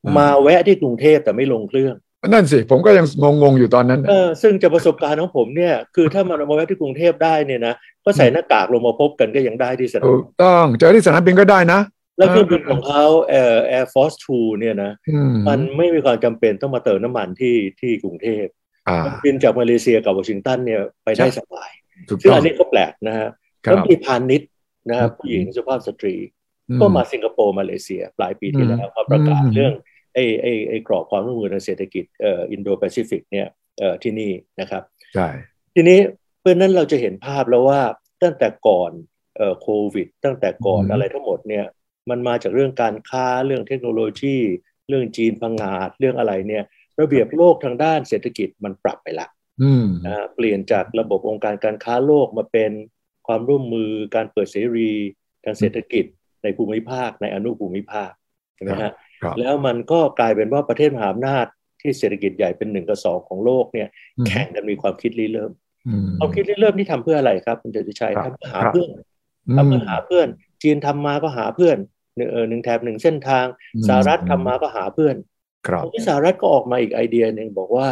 อืม มาแวะที่กรุงเทพแต่ไม่ลงเครื่อง นั่นสิ ผมก็ยังงงๆอยู่ตอนนั้นน่ะ เออซึ่งจากประสบการณ์ของผมเนี่ย คือถ้ามันเอามาแวะที่กรุงเทพได้เนี่ยนะก็ใส่หน้ากากลงมาพบกันก็ยังได้ที่สนาม ถูกต้องเจอที่สนามบินก็ได้นะ แล้วเครื่องบินของเขาเอ่อ Air Force 2เนี่ยนะ อืม มันไม่มีความจำเป็นต้องมาเติมน้ำมันที่ที่กรุงเทพ อ่า บินจากมาเลเซียกับวอชิงตันเนี่ยไปได้ ใช่ สบาย ถูก ซึ่ง ต้อง อันนี้ก็แปลกนะฮะ ค แล้ว รับ มีพาณิชย์นะครับ อืม ผู้หญิงสุภาพสตรี อื ก็มาสิงคโปร์มาเลเซีย ปลายปีที่แล้วครับประกาศเรื่องไอ้ไอ้ไอ้กรอบความร่วมมือทางเศรษฐกิจเอ่ออินโดแปซิฟิกเนี่ยเอ่อที่นี่นะครับ ใช่ ทีนี้เพราะฉะนั้นเราจะเห็นภาพแล้วว่าตั้งแต่ก่อนเอ่อโควิด ตั้งแต่ก่อน อืม อะไรทั้งหมดเนี่ยมันมาจากเรื่องการค้าเรื่องเทคโนโลยี เรื่องจีนพังงาดเรื่องอะไรเนี่ยระเบียบโลกทางด้านเศรษฐกิจมันปรับไปละ อืม นะฮะเปลี่ยนจากระบบองค์การการค้าโลกมาเป็นความร่วมมือการเปิดเสรีทางเศรษฐกิจในภูมิภาคในอนุภูมิภาคใช่ไหมฮะ ครับ แล้วมันก็กลายเป็นว่าประเทศมหาอำนาจที่เศรษฐกิจใหญ่เป็นหนึ่งกับสองของโลกเนี่ยแข่งกันมีความคิดริเริ่ม อืม ความคิดริเริ่มนี่ทำเพื่ออะไรครับคุณจตุชัย ครับ ทำเพื่อหา ครับ เพื่อน อื ทำ ม เพื่อหาเพื่อน จีนทำมาก็หาเพื่อนหนึ่งเออหนึ่งแถบหนึ่งเส้นทางสหรัฐทำมาก็หาเพื่อน ครับ ที่สหรัฐก็ออกมาอีกไอเดียหนึ่งบอกว่า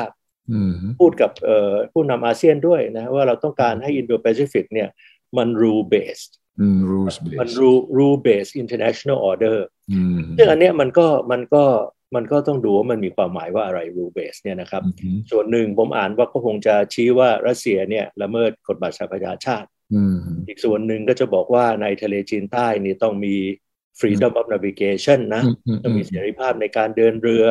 อืม พูดกับเอ่อผู้นำอาเซียนด้วยนะว่าเราต้องการให้อินโดแปซิฟิกเนี่ยมัน rule based อืม rules based มัน rule rule based international order อืม ซึ่งอันเนี้ยมันก็มันก็มันก็ต้องดูว่ามันมีความหมายว่าอะไร rule based เนี่ยนะครับ อืม ส่วนหนึ่งผมอ่านว่าก็คงจะชี้ว่ารัสเซียเนี่ยละเมิดกฎบัตรสหประชาชาติ อืม อีกส่วนหนึ่งก็จะบอกว่าในทะเลจีนใต้นี่ต้องมี freedom of navigation นะต้องมีเสรีภาพในการเดินเรือ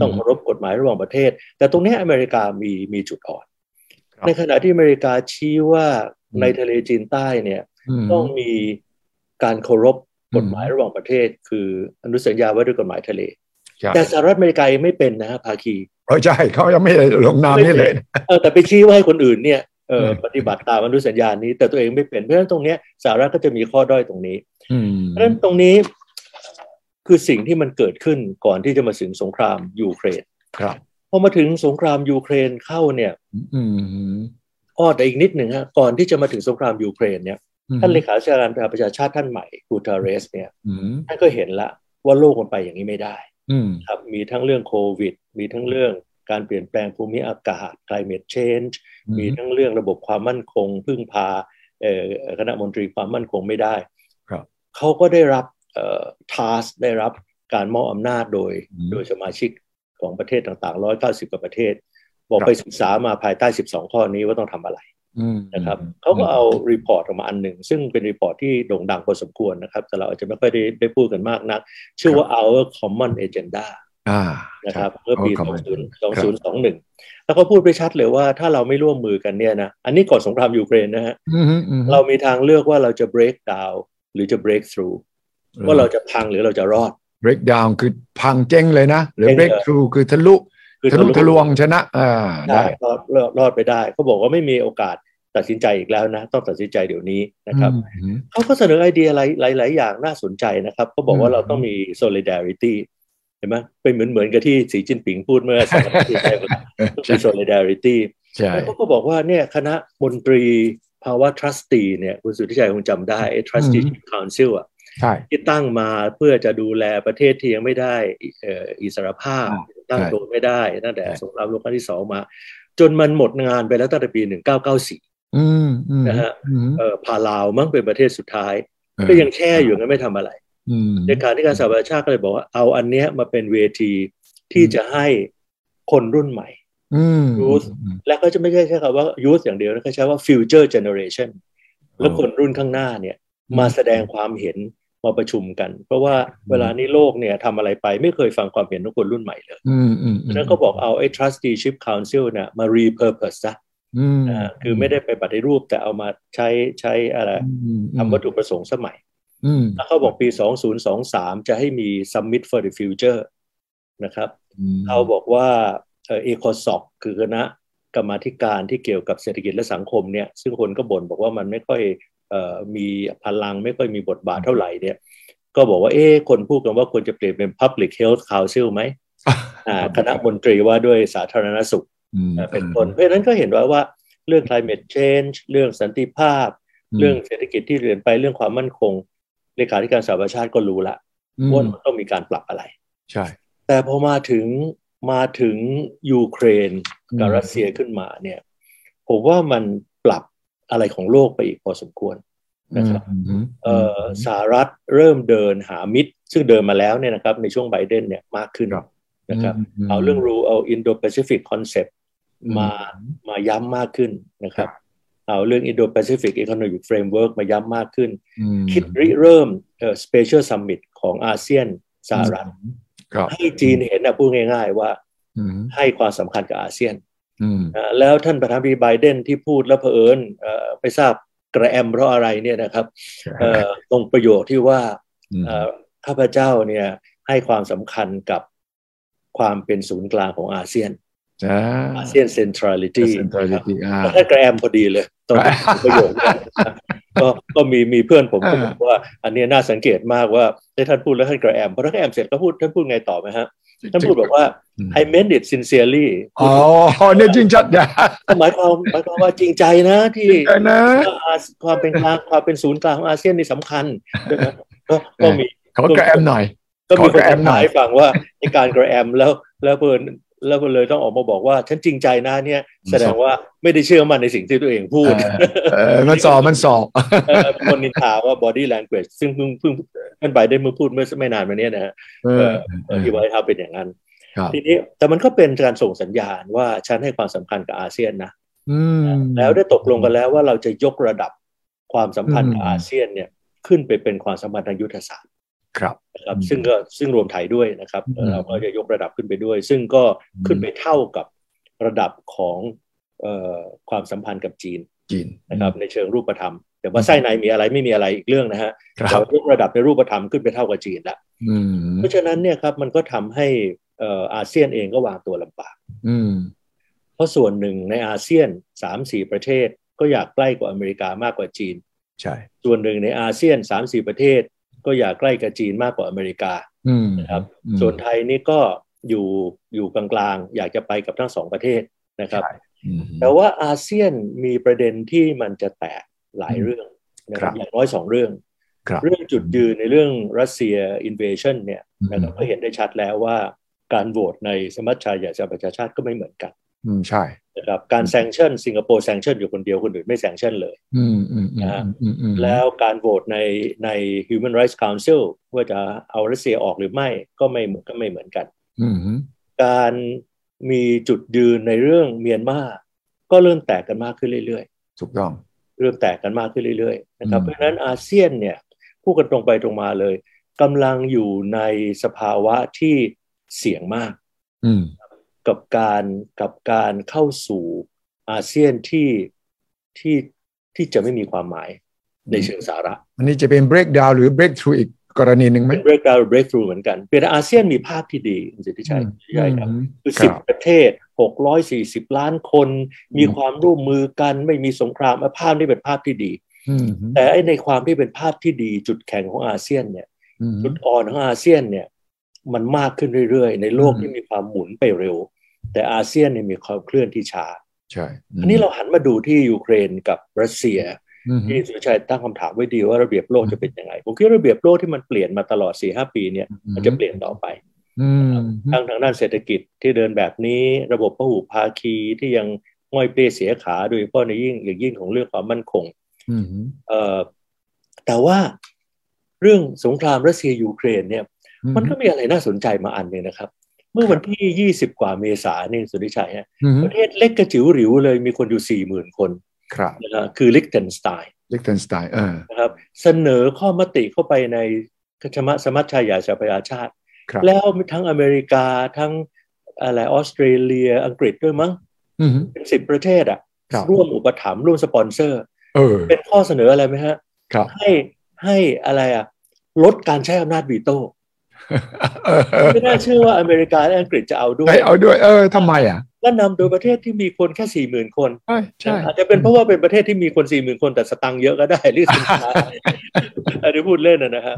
ต้องเคารพกฎหมายระหว่างประเทศ แต่ตรงเนี้ยอเมริกามีมีจุดอ่อน ครับ ในขณะที่อเมริกาชี้ว่า อืม ในทะเลจีนใต้เนี่ย ม ต้องมีการเคารพ อืม กฎหมายระหว่างประเทศ คืออนุสัญญาว่าด้วยกฎหมายทะเล ใช่ แต่สหรัฐอเมริกายังไม่เป็นนะฮะภาคี เออใช่เขายังไม่ได้ลงนามนี่เลย เออแต่ไปชี้ว่าให้คนอื่นเนี่ยเออ อืม ปฏิบัติตามอนุสัญญานี้ แต่ตัวเองไม่เป็นเพราะฉะนั้นตรงเนี้ยสหรัฐก็จะมีข้อด้อยตรงนี้ อืม เพราะฉะนั้นตรงนี้คือสิ่งที่มันเกิดขึ้นก่อนที่จะมาถึงสงครามยูเครน ครับ พอมาถึงสงครามยูเครนเข้าเนี่ย อืม อ้อแต่อีกนิดหนึ่งฮะก่อนที่จะมาถึงสงครามยูเครนเนี่ยท่านเลขาธิการสหประชาชาติท่านใหม่กูเทเรสเนี่ย อืม ท่านก็เห็นละว่าโลกมันไปอย่างนี้ไม่ได้ อืม ครับมีทั้งเรื่องโควิด มีทั้งเรื่องการเปลี่ยนแปลงภูมิอากาศ climate change มีทั้งเรื่องระบบความมั่นคง พึ่งพาเอ่อคณะมนตรีความมั่นคงไม่ได้ ครับ เขาก็ได้รับเอ่อทาสได้รับการมอบอำนาจโดย อืม โดยสมาชิกของประเทศต่างๆ 190กว่าประเทศ บอก ครับ ไปศึกษามาภายใต้ 12 ข้อนี้ว่าต้องทำอะไร อืม นะครับเขาก็เอารีพอร์ตออกมาอันหนึ่ง ซึ่งเป็นรีพอร์ตที่โด่งดังพอสมควรนะครับ แต่เราอาจจะไม่ค่อยได้ได้พูดกันมากนัก ชื่อว่า our common agenda อ่า นะ นะ ครับเมื่อปี Our Common 20 ครับ 2021 แล้วก็พูดไปชัดเลยว่าถ้าเราไม่ร่วมมือกันเนี่ยนะอันนี้ก่อนสงครามยูเครนนะฮะ อืมอืม เรามีทางเลือกว่าเราจะ break down หรือจะ break through ว่าเราจะพังหรือเราจะรอด break down คือพังเจ๊งเลยนะ หรือ เจ๊งเลย break through คือทะลุ คือ ทะลุทะลวงชนะอ่าได้ได้รอดรอดรอดไปได้เขาบอกว่าไม่มีโอกาสตัดสินใจอีกแล้วนะต้องตัดสินใจเดี๋ยวนี้นะครับ อืม เขาก็เสนอไอเดียหลายหลายหลายอย่างน่าสนใจนะครับเขาบอกว่าเราต้องมี solidarity เห็นไหมเป็นเหมือนเหมือนกับที่สีจิ้นผิงพูดเมื่อสองอาทิตย์ที่แล้วต้องมี solidarity ใช่ แล้วเขาก็บอกว่าเนี่ยคณะมนตรีภาวะ trustee เนี่ยคุณสุทธิชัยคงจำได้ไอ้ trustee council อะ ใช่ ที่ตั้งมาเพื่อจะดูแลประเทศที่ยังไม่ได้เอ่ออิสรภาพ อ่า ตั้ง ใช่ ตัวไม่ได้ตั้งแต่ ใช่ สงครามโลกครั้งที่สองมา จนมันหมดงานไปแล้วตั้งแต่ปี 1994 อืมอืม นะฮะ อืม เอ่อพาลาวมั้งเป็นประเทศสุดท้าย เออ ก็ยังแช่อยู่งั้นไม่ทำอะไร อืม ในการที่การสหประชาชาติก็เลยบอกว่าเอาอันเนี้ยมาเป็นเวทีที่ อืม จะให้คนรุ่นใหม่ อืม Rules และก็จะไม่ใช่ใช้คำว่า youth อย่างเดียวนะเขาใช้ว่า future generation แล้วคนรุ่นข้างหน้าเนี่ยมาแสดงความเห็นมาประชุมกัน เพราะว่าเวลานี้โลกเนี่ยทำอะไรไปไม่เคยฟังความเห็นของคนรุ่นใหม่เลย อืมอืมม แล้วก็บอกเอาไอ้ trusteeship council นะมา repurpose ซะ อืม อ่าคือไม่ได้ไปปฏิรูปแต่เอามาใช้ใช้อะไร อืม ทำวัตถุประสงค์สมัย อืม แล้วเขาบอกปี 2023 จะให้มี Summit for the Future นะครับ เขาบอกว่าเอโคซอกคือคณะกรรมาธิการที่เกี่ยวกับเศรษฐกิจและสังคมเนี่ย ซึ่งคนก็บ่นบอกว่ามันไม่ค่อยเอ่อมีพลังไม่ค่อยมีบทบาทเท่าไหร่เนี่ย ก็บอกว่าเอ๊ะคนพูดกันว่าควรจะเปลี่ยนเป็น Public Health Council ไหมอ่าคณะมนตรีว่าด้วยสาธารณสุข อืม เอ่อเป็นคน เพราะฉะนั้นก็เห็นว่าว่าเรื่อง climate change เรื่องสันติภาพ เรื่องเศรษฐกิจที่เรียนไปเรื่องความมั่นคงเลขาธิการสหประชาชาติก็รู้ละ อืม ว่ามันต้องมีการปรับอะไร ใช่ แต่พอมาถึงมาถึงยูเครนกับรัสเซียขึ้นมาเนี่ยผมว่ามันปรับอะไรของโลกไปอีกพอสมควรนะครับ อืมอืม เอ่อสหรัฐเริ่มเดินหามิตร ซึ่งเดินมาแล้วเนี่ยนะครับในช่วงไบเดนเนี่ยมากขึ้นนะครับ เอาเรื่องรูเอาอินโดแปซิฟิกคอนเซปต์มา มาย้ำมากขึ้นนะครับ เอาเรื่อง Indo-Pacific Economic Framework มาย้ำมากขึ้น อืม คิดริเริ่มเอ่อ Special Summit ของอาเซียนสหรัฐ ครับ ให้จีนเห็นนะพูดง่ายๆว่า อืม ให้ความสำคัญกับอาเซียน อืม นะแล้วท่านประธานาธิบดีไบเดนที่พูดแล้วเผอิญเอ่อไม่ทราบกระแอมเพราะอะไรเนี่ยนะครับเอ่อตรงประโยคที่ว่า อืม เอ่อข้าพเจ้าเนี่ยให้ความสำคัญกับความเป็นศูนย์กลางของอาเซียน จ้า อาเซียนเซนทรัลิตี้นะครับ ที่อ่า ถ้ากระแอมพอดีเลยตอนประโยคเนี่ยก็ก็มีมีเพื่อนผมก็บอกว่า อันเนี้ยน่าสังเกตมากว่าได้ท่านพูดแล้วท่านกระแอมพอท่านกระแอมเสร็จก็พูดท่านพูดไงต่อไหมฮะท่านพูดบอกว่า อืม I meant it sincerely อ๋อเนี่ยจริงจัดนะ หมายความหมายความว่าจริงใจนะที่ ใช่นะ ว่าอาความเป็นกลางความเป็นศูนย์กลางของอาเซียนนี่สำ (laughs) คัญนะครับก็ก็มี ขอกระแอมหน่อย ก็มี ขอ ค ก น ระแอมหน่ ถา อย ยฟังว่าในการกระแอมแล้วแล้วเพิ่นแล้วเพิ่นเลยต้องออกมาบอกว่าฉันจริงใจนะเนี่ยแสดงว่าไม่ได้เชื่อมั่นในสิ่งที่ตัวเองพูด เออ เออมันสอบมันสอบ เอ่อคนนินทาว่า body language ซึ่งเพิ่งเพิ่งท่านไบเดนเมื่อพูดเมื่อไม่นานมาเนี้ยนะฮะ เออ เอ่อที่ว่าให้เขาเป็นอย่างนั้น ครับ ทีนี้แต่มันก็เป็นการส่งสัญญาณว่าฉันให้ความสำคัญกับอาเซียนนะ อืม แล้วได้ตกลงกันแล้วว่าเราจะยกระดับความสัมพันธ์กับ อืม อาเซียนเนี่ยขึ้นไปเป็นความสัมพันธ์ทางยุทธศาสตร์ ครับ นะครับ อืม ซึ่งก็ซึ่งรวมไทยด้วยนะครับเอ่อ อืม เราก็จะยกระดับขึ้นไปด้วย ซึ่งก็ขึ้นไปเท่ากับระดับของเอ่อความสัมพันธ์กับจีน จีน นะครับในเชิงรูปธรรม แต่ว่าไส้ในมีอะไรไม่มีอะไรอีกเรื่องนะฮะ ครับ เรายกระดับในรูปธรรมขึ้นไปเท่ากับจีนแล้ว อืม เพราะฉะนั้นเนี่ยครับมันก็ทำให้เอ่ออาเซียนเองก็วางตัวลำบาก อืม เพราะส่วนหนึ่งในอาเซียน3าสี่ประเทศก็อยากใกล้กว่าอเมริกามากกว่าจีน ใช่ ส่วนหนึ่งในอาเซียน3าสี่ประเทศ ก็อยากใกล้กับจีนมากกว่าอเมริกา อืม นะครับ อืม ส่วนไทยนี่ก็อยู่อยู่กลางๆอยากจะไปกับทั้งสองประเทศนะครับ อืม แต่ว่าอาเซียนมีประเด็นที่มันจะแตกหลายเรื่องนะครัคบรับ อย่างน้อยสองเรื่อง ครับ เรื่องจุดยืนในเรื่องรัสเซียอินเวชั่นเนี่ย นะครับก็เห็นได้ชัดแล้วว่าการโหวตในสมัชชาใหญ่สหประชาชาติก็ไม่เหมือนกัน อืม ใช่ นะครับการแซงชั่นสิงคโปร์แซงชั่นอยู่คนเดียวคนอื่นไม่แซงชั่นเลย อืมอืมอืมอืมอืม แล้วการโหวตในใน Human Rights Council ว่าจะเอารัสเซียออกหรือไม่ก็ไม่เหมือนก็ไม่เหมือนกัน อืม การมีจุดยืนในเรื่องเมียนมาก็เริ่มแตกกันมากขึ้นเรื่อย ถูกต้อง ๆ เริ่มแตกกันมากขึ้นเรื่อยๆนะครับ อืม เพราะฉะนั้นอาเซียนเนี่ยพูดกันตรงไปตรงมาเลยกำลังอยู่ในสภาวะที่เสี่ยงมาก อืม กับการกับการเข้าสู่อาเซียนที่ที่ที่จะไม่มีความหมายในเชิงสาระ อันนี้จะเป็น breakdown หรือ breakthrough อีกกรณีหนึ่งไหม เป็น breakdown breakthrough เหมือนกันเพียงแต่อาเซียนมีภาพที่ดีคุณสิทธิชัยใช่ครับ อืม คือ ค สิบ รับ ประเทศ 640 ล้านคน มี อืม ความร่วมมือกันไม่มีสงครามอ่ะภาพนี้เป็นภาพที่ดี อืม แต่ไอ้ในความที่เป็นภาพที่ดีจุดแข็งของอาเซียนเนี่ย อืม จุดอ่อนของอาเซียนเนี่ยมันมากขึ้นเรื่อยๆ ในโลก อืม ที่มีความหมุนไปเร็ว แต่อาเซียนเนี่ยมีความเคลื่อนที่ช้า ใช่ อันนี้เราหันมาดูที่ยูเครนกับรัสเซีย อืม ที่สุรชัยตั้งคำถามไว้ดีว่าระเบียบโลกจะเป็นยังไงผมคิดว่าระเบียบโลกที่มันเปลี่ยนมาตลอด4ีหปีเนี่ยมันจะเปลี่ยนต่อไป อืม ทั้งทางด้านเศรษฐกิจที่เดินแบบนี้ระบบพหูภาคีที่ยังง่อยเปรี้ยเสียขาโดยเฉพาะในยิ่งอย่างยิ่งของเรื่องความมั่นคง อืม เอ่อแต่ว่าเรื่องสงครามรัสเซียยูเครนเนี่ยมันก็มีอะไรน่าสนใจมาอันหนึ่งนะครับ เมื่อวันที่ 20 กว่าเมษายนนี่สุริชัยฮะ อืม ประเทศเล็กกระจิ๋วหริวเลยมีคนอยู่ 40,000 คน ครับ นะฮะคือลิกเทนสไตน์ ลิกเทนสไตน์เออ นะครับเสนอข้อมติเข้าไปในคณะสมัชชาใหญ่สหประชาชาติ ครับ แล้วทั้งอเมริกาทั้งอะไรออสเตรเลียอังกฤษด้วยมั้ง อืม เป็นสิบประเทศอ่ะ ครับ ร่วมอุปถัมภ์ร่วมสปอนเซอร์ เออ เป็นข้อเสนออะไรไหมฮะ ครับ ให้ให้อะไรอ่ะ ลดการใช้อำนาจวีโต้ไม่น่าเชื่อว่าอเมริกาและอังกฤษจะเอาด้ว ได้ ย เอา (laughs) ด้วย เออทำไมอ่ะ และนำโดยประเทศที่มีคนแค่สี่หมื่นคน ใช่ใช่ อาจจะเป็นเพราะว่าเป็นประเทศที่มีคนสี่หมื่นคนแต่สตังค์เยอะก็ได้หรือสิน (laughs) ค้า อันนี้พูดเล่นนะนะฮะ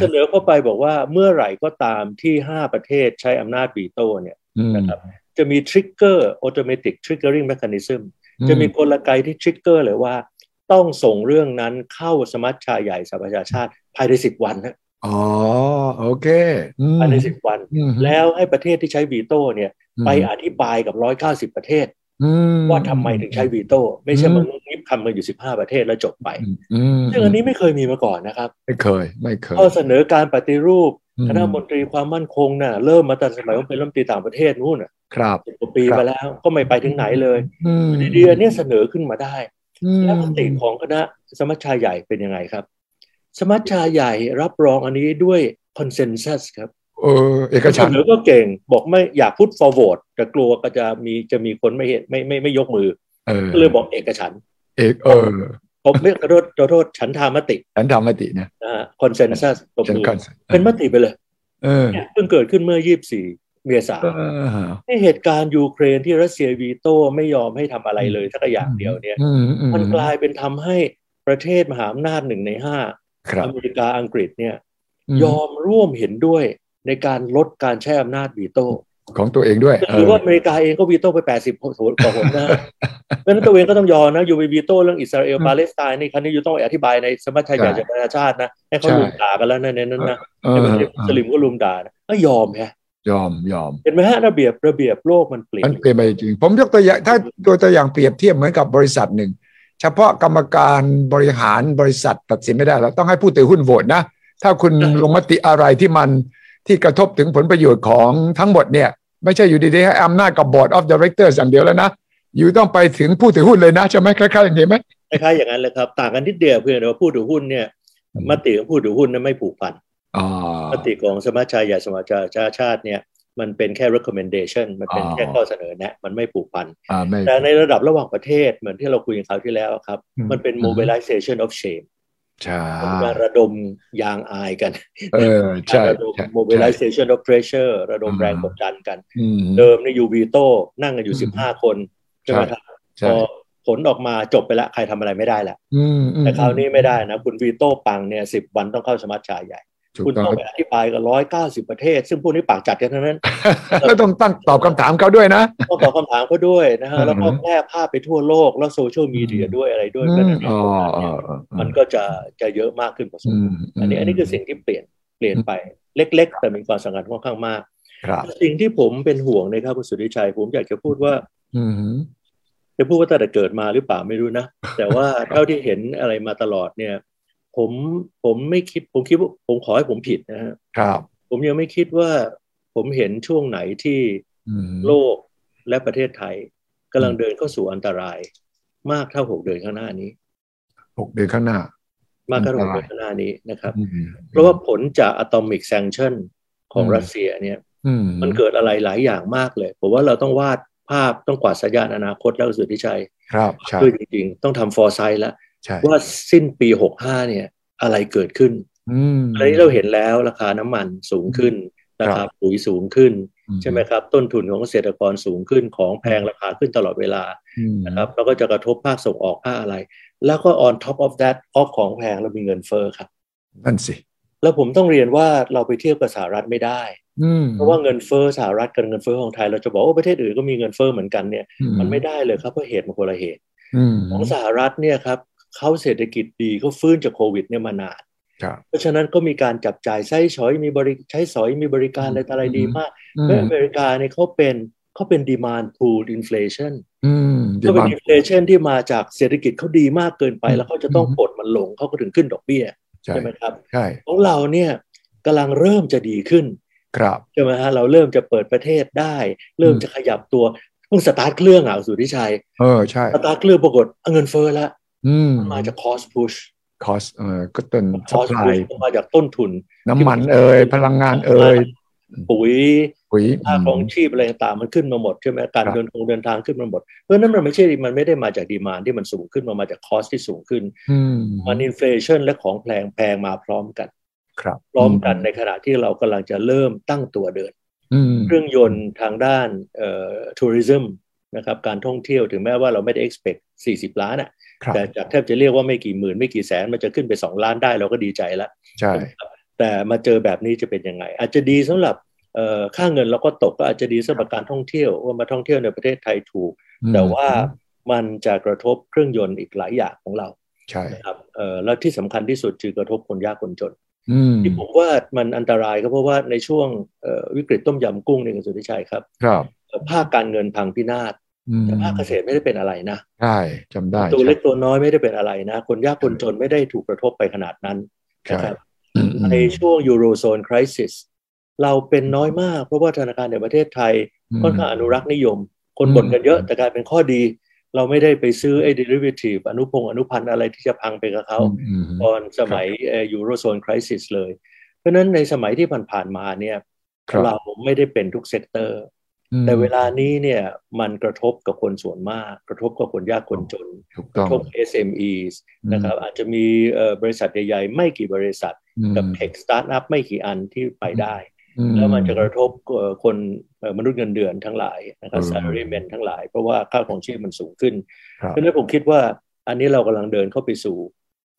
เสนอเข้าไปบอกว่าเมื่อไหร่ก็ตามที่ 5 ประเทศใช้อำนาจวีโต้เนี่ยจะมีทริกเกอร์อ t o m a t i c triggering mechanism จะมีกลไกที่ทริกเกอร์เลยว่า ต้องส่งเรื่องนั้นเข้าสมัชชาใหญ่สหประชาชาติภายในสิบวันนะ อ๋อโอเคอืม ภายในสิบวัน อืม แล้วให้ประเทศที่ใช้วีโต้เนี่ยไปอธิบายกับร้อยเก้าสิบประเทศ อืม ว่าทำไมถึงใช้วีโต้ไม่ใช่ อืม มางุ้งงิบคำกันอยู่สิบห้าประเทศแล้วจบไป อืมอืม ซึ่งอันนี้ไม่เคยมีมาก่อนนะครับ ไม่เคย ไม่เคย ข้อเสนอการปฏิรูป อืม คณะมนตรีความมั่นคงน่ะเริ่มมาตั้งสมัยผมเป็นรัฐมนตรีต่างประเทศนู่นน่ะ ครับ สิบกว่าปีมาแล้วก็ไม่ไปถึงไหนเลย อืม อยู่ดีๆอันเนี้ยเสนอขึ้นมาได้ อืม แล้วมติของคณะสมัชชาใหญ่เป็นยังไงครับ สมัชชาใหญ่รับรองอันนี้ด้วยคอนเซนแซสครับ เออเอก เส ฉัน น ท์ อก็เก่งบอกไม่อยากพูดฟอร์ a ว d แต่กลัวก็จะมีจะมีคนไม่เห็นไม่ไม่ไม่ยกมือ เออ ก็เลยบอกเอกฉันท์ เอกเออ ผมไม่ขอโทษขอโทษฉันทามติ ฉันทำมตินะ นะฮะคอนเซนแซสตบ ฉัน มือ กัน เป็นมติไปเลย เออ เนี่ยเพิ่งเกิดขึ้นเมื่อ 24 เมษา เออ ในเหตุการณ์ยูเครนที่รัสเซียวีโต้ไม่ยอมให้ทำอะไรเลยสักอย่างเดียวเนี่ย อืมอืม มันกลายเป็นทำให้ประเทศมหาอำนาจหนึ่งในห้า ครับ อเมริกาอังกฤษเนี่ยยอมร่วมเห็นด้วยในการลดการใช้อำนาจวีโต้ ของตัวเองด้วย เอ หรือ อ ว่าอเมริกาเองก็วีโต้ไป 80กว่าหน (laughs) นะเพราะฉะนั้นตัวเองก็ต้องยอมนะ อยู่ไปวีโต้เรื่องอิสราเอลปาเลสไตน์นี่ครั้งนี้อยู่ต้องไปอธิบายในสมัชชาใหญ่สหประชาชาตินะ ให้เขาลุมด่ากันแล้วนะในนั้นนะ เออในประเทศมุสลิมก็ลุมด่านะก็ยอมแฮะ ยอมยอม เห็นไหมฮะระเบียบระเบียบโลกมันเปลี่ย มัน นเปลี่ยนไปจริงผมยกตัวอย่างถ้าตัวตัวอย่างเปรียบเทียบเหมือนกับบริษัทหนึ่ง เฉพาะกรรมการบริหารบริษัทตัดสินไม่ได้แล้วต้องให้ผู้ถือหุ้นโหวตนะ ถ้าคุณ ใช่ ลงมติอะไรที่มันที่กระทบถึงผลประโยชน์ของทั้งหมดเนี่ย ไม่ใช่อยู่ดีๆให้อำนาจกับบอร์ดออฟดีเรคเตอร์อย่างเดียวแล้วนะ อยู่ต้องไปถึงผู้ถือหุ้นเลยนะ ใช่ไหมคล้ายๆอย่างนี้ไหม คล้ายๆอย่างนั้นเลยครับต่างกันนิดเดียวเพียงแต่ว่าผู้ถือหุ้นเนี่ย อืม มติของผู้ถือหุ้นนั้นไม่ผูกพัน อ๋อ มติของสมาชิกใหญ่สมาชิกชาติเนี่ยมันเป็นแค่ recommendation มันเป็น อ๋อ แค่ข้อเสนอแนะมันไม่ผูกพัน อ่าไม่ แต่ในระดับระหว่างประเทศเหมือนที่เราคุยกันคราวที่แล้วครับ อืม มันเป็น mobilization of shame ใช่ เป็นการระดมยางอายกัน เออใช่ การระดม ใช่ mobilization of pressure ระดม อ่า แรงกดดันกัน อืม เดิมในยูวีโต้นั่งกันอยู่ อืม 15 คนใช่ไหมครับพ ใช่ อผลออกมาจบไปแล้วใครทำอะไรไม่ได้แล้ว อืมอืม แต่คราวนี้ไม่ได้นะ คุณวีโต้ปังเนี่ยสิวันต้องเข้าสมัชชาใหญ่ ถูก คุณ ต้อ ต้อง งไปอธิบายกับร้อยเก้าสิบประเทศ ซึ่งพวกนี้ปากจัดกันทั้ (laughs) งนั้น แล้วต้องตั้งตอบคำถามเขาด้วยนะ ต้องตอบคำถามเขาด้วยนะฮะ อืม แล้วก็แพร่ภาพไปทั่วโลก แล้วโซเชียลมีเดียด้วยอะไรด้วย อื เพราะฉะ ม นั้น อ๋ออ๋อ เนี่ย อ๋อ มันก็จะจะเยอะมากขึ้นพอสม อื ควร ม อันนี้อันนี้คือสิ่งที่เปลี่ยนเปลี่ยนไปเล็ก ๆ แต่มีความสำคัญค่อนข้างมาก ครับ สิ่งที่ผมเป็นห่วงนะครับคุณสุทธิชัยผมอยากจะพูดว่า อืม จะพูดว่าตั้งแต่เกิดมาหรือเปล่าไม่รู้นะ แต่ว่าเท่าที่เห็นอะไรมาตลอดเนี่ย ผมผมไม่คิดผมคิดว่าผมขอให้ผมผิดนะฮะ ครับ ผมยังไม่คิดว่าผมเห็นช่วงไหนที่ อืม โลกและประเทศไทยกำลังเดินเข้าสู่อันตราย มากเท่าหกเดือนข้างหน้านี้ หกเดือนข้างหน้า มากเท่าหก อันต เดื ราย อนข้างหน้านี้นะครับ อืม เพราะว่าผลจากอะตอมิกแซงชันของ อืม รัสเซียเนี่ย อืม มันเกิดอะไรหลายอย่างมากเลย ผมว่าเราต้องวาดภาพต้องกวาดสัญญาณอนาคตแล้วสุทธิชัย ครับใช่ ด้วยจริงๆ ต้องทำฟอร์ไซต์แล้ว ใช่ ว่าสิ้นปี 65 เนี่ย อะไรเกิดขึ้น อืม อันนี้เราเห็นแล้วราคาน้ำมันสูงขึ้นรา ครั คา บ ปุ๋ยสูงขึ้น ใช่ไหมครับ ต้นทุนของเกษตรกรสูงขึ้นของแพงราคาขึ้นตลอดเวลา อืม นะครับแล้วก็จะกระทบภาคส่งออกภาคอะไร แล้วก็ on top of that ออฟของแพงเรามีเงินเฟ้อครับ นั่นสิ แล้วผมต้องเรียนว่าเราไปเทียบกับสหรัฐไม่ได้ อืม เพราะว่าเงินเฟ้อสหรัฐกับเงินเฟ้อของไทยเราจะบอกว่าประเทศอื่นก็มีเงินเฟ้อเหมือนกันเนี่ยมันไม่ได้เลยครับเพราะเหตุมันคนละเหตุ อืม ของสหรัฐเนี่ยครับเขาเศรษฐกิจดีเขาฟื้นจากโควิดเนี่ยมานาน ครับ เพราะฉะนั้นก็มีการจับจ่ายใช้สอยมีบริใช้สอยมีบริการอะไรต่ออะไรดีมาก อื เพราะ ม อเมริกาเนี่ยเขาเป็นเขาเป็น demand pull inflation อืมดี ก็เป็น มาก อินฟลชันที่มาจากเศรษฐกิจเขาดีมากเกินไป อืม แล้วเขาจะต้องกดมันลงเขาก็ถึงขึ้นดอกเบี้ย ใช่ ใช่ไหมครับ ใช่ ของเราเนี่ยกำลังเริ่มจะดีขึ้น ครับ ใช่ไหมฮะเราเริ่มจะเปิดประเทศได้ เริ่มจะขยับตัวเพิ่งสตาร์ทเครื่องอ่ะสุทธิชัย เออใช่ สตาร์ทเครื่องปรากฏเอาเงินเฟ้อละ อืม มาจากคอสพุช คอสเออก็ต้น ค สั อ พ ส พลา พุ ย ชมาจากต้นทุน น้ำมันเอ่ยพลังงานเอ่ย ปุ๋ย ปุ๋ย ค่าของชีพอะไรต่างๆมันขึ้นมาหมดใช่ไหมการเดินทางเดินทางขึ้นมาหมดเพราะฉะนั้นมันไม่ใช่มันไม่ได้มาจากดีมานที่มันสูงขึ้นมันมาจากคอสที่สูงขึ้น อืม มันอินฟลชันและของแพงแพงมาพร้อมกัน ครับ พร้อมกันในขณะที่เรากำลังจะเริ่มตั้งตัวเดิน อืม เครื่องยนต์ทางด้านเอ่อทัวริซึมนะครับการท่องเที่ยวถึงแม้ว่าเราไม่ได้ expect 40 ล้านอะ ครับ แต่จากแทบจะเรียกว่าไม่กี่หมื่นไม่กี่แสน มันจะขึ้นไป 2 ล้านได้เราก็ดีใจแล้ว ใช่ แต่มาเจอแบบนี้จะเป็นยังไง อาจจะดีสำหรับเอ่อค่าเงินเราก็ตกก็อาจจะดีสำหรับการท่องเที่ยวว่ามาท่องเที่ยวในประเทศไทยถูก อืม แต่ว่ามันจะกระทบเครื่องยนต์อีกหลายอย่างของเรา ใช่ นะครับเอ่อแล้วที่สำคัญที่สุดคือกระทบคนยากคนจน อืม ที่ผมว่ามันอันตรายก็เพราะว่าในช่วงเอ่อวิกฤตต้มยำกุ้งเนี่ยคุณสุทธิชัยครับ ครับ ภาคการเงินพังพินาศ อืม แต่ภาคเกษตรไม่ได้เป็นอะไรนะ ใช่จำได้ ตัวเล็กตัวน้อยไม่ได้เป็นอะไรนะ คนยากคนจนไม่ได้ถูกกระทบไปขนาดนั้น ใช่ นะ ใช่ ครับ อืมอืม ในช่วงยูโรโซนคริสิสเราเป็นน้อยมาก เพราะว่าธนาคารในประเทศไทยค่อนข้างอนุรักษ์นิยม คนบ่นกันเยอะ แต่กลายเป็นข้อดี เราไม่ได้ไปซื้อไอ้ derivative อนุพงศ์อนุพันธ์อะไรที่จะพังไปกับเขา อืมอืม ตอนสมัยยูโรโซนคริสิสเลย เพราะฉะนั้นในสมัยที่ผ่านๆมาเนี่ย ครับ เราไม่ได้เป็นทุกเซกเตอร์ อืม แต่เวลานี้เนี่ยมันกระทบกับคนส่วนมาก กระทบกับคนยากคนจน ถูก ก ต้อ ระ ง ทบ SMEs นะครับอาจจะมีเอ่อบริษัทใหญ่ ๆ ไม่กี่บริษัท อืม กับเทคสตาร์ทอัพไม่กี่อันที่ไปได้ อื แล้วมันจะกระทบเอ่อคนเอ่อมนุษย์เงินเดือนทั้งหลายนะครับ อืม ซาร์รีเมนทั้งหลาย เพราะว่าค่าของชีพมันสูงขึ้น ครับเพราะฉะนั้นผมคิดว่าอันนี้เรากำลังเดินเข้าไปสู่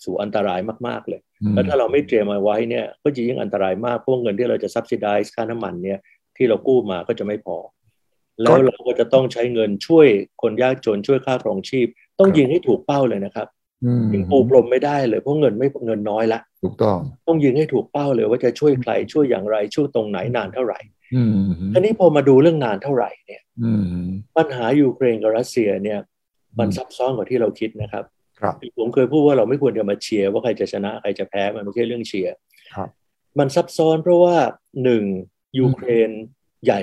สู่อันตรายมาก ๆ เลย อืม แล้วถ้าเราไม่เตรียมเอาไว้เนี่ยก็จะยิ่งอันตรายมากเพราะว่าเงินที่เราจะ subsidize ค่าน้ำมันเนี่ยที่เรากู้มาก็จะไม่พอ แล้วเราก็จะต้องใช้เงินช่วยคนยากจนช่วยค่าครองชีพ ต้องยิงให้ถูกเป้าเลยนะครับ อืม ยิงปูพรมไม่ได้เลยเพราะเงินไม่เงินน้อยละ ถูกต้อง ต้องยิงให้ถูกเป้าเลยว่าจะช่วยใครช่วยอย่างไรช่วยตรงไหนนานเท่าไหร่ อืม ทีนี้พอมาดูเรื่องนานเท่าไหร่เนี่ย อืม ปัญหายูเครนกับรัสเซียเนี่ยมันซับซ้อนกว่าที่เราคิดนะครับ ครับ อผมเคยพูดว่าเราไม่ควรจะมาเชียร์ว่าใครจะชนะใครจะแพ้มันไม่ใช่เรื่องเชียร์ ครับ มันซับซ้อนเพราะว่าหนึ่งยูเครนใหญ่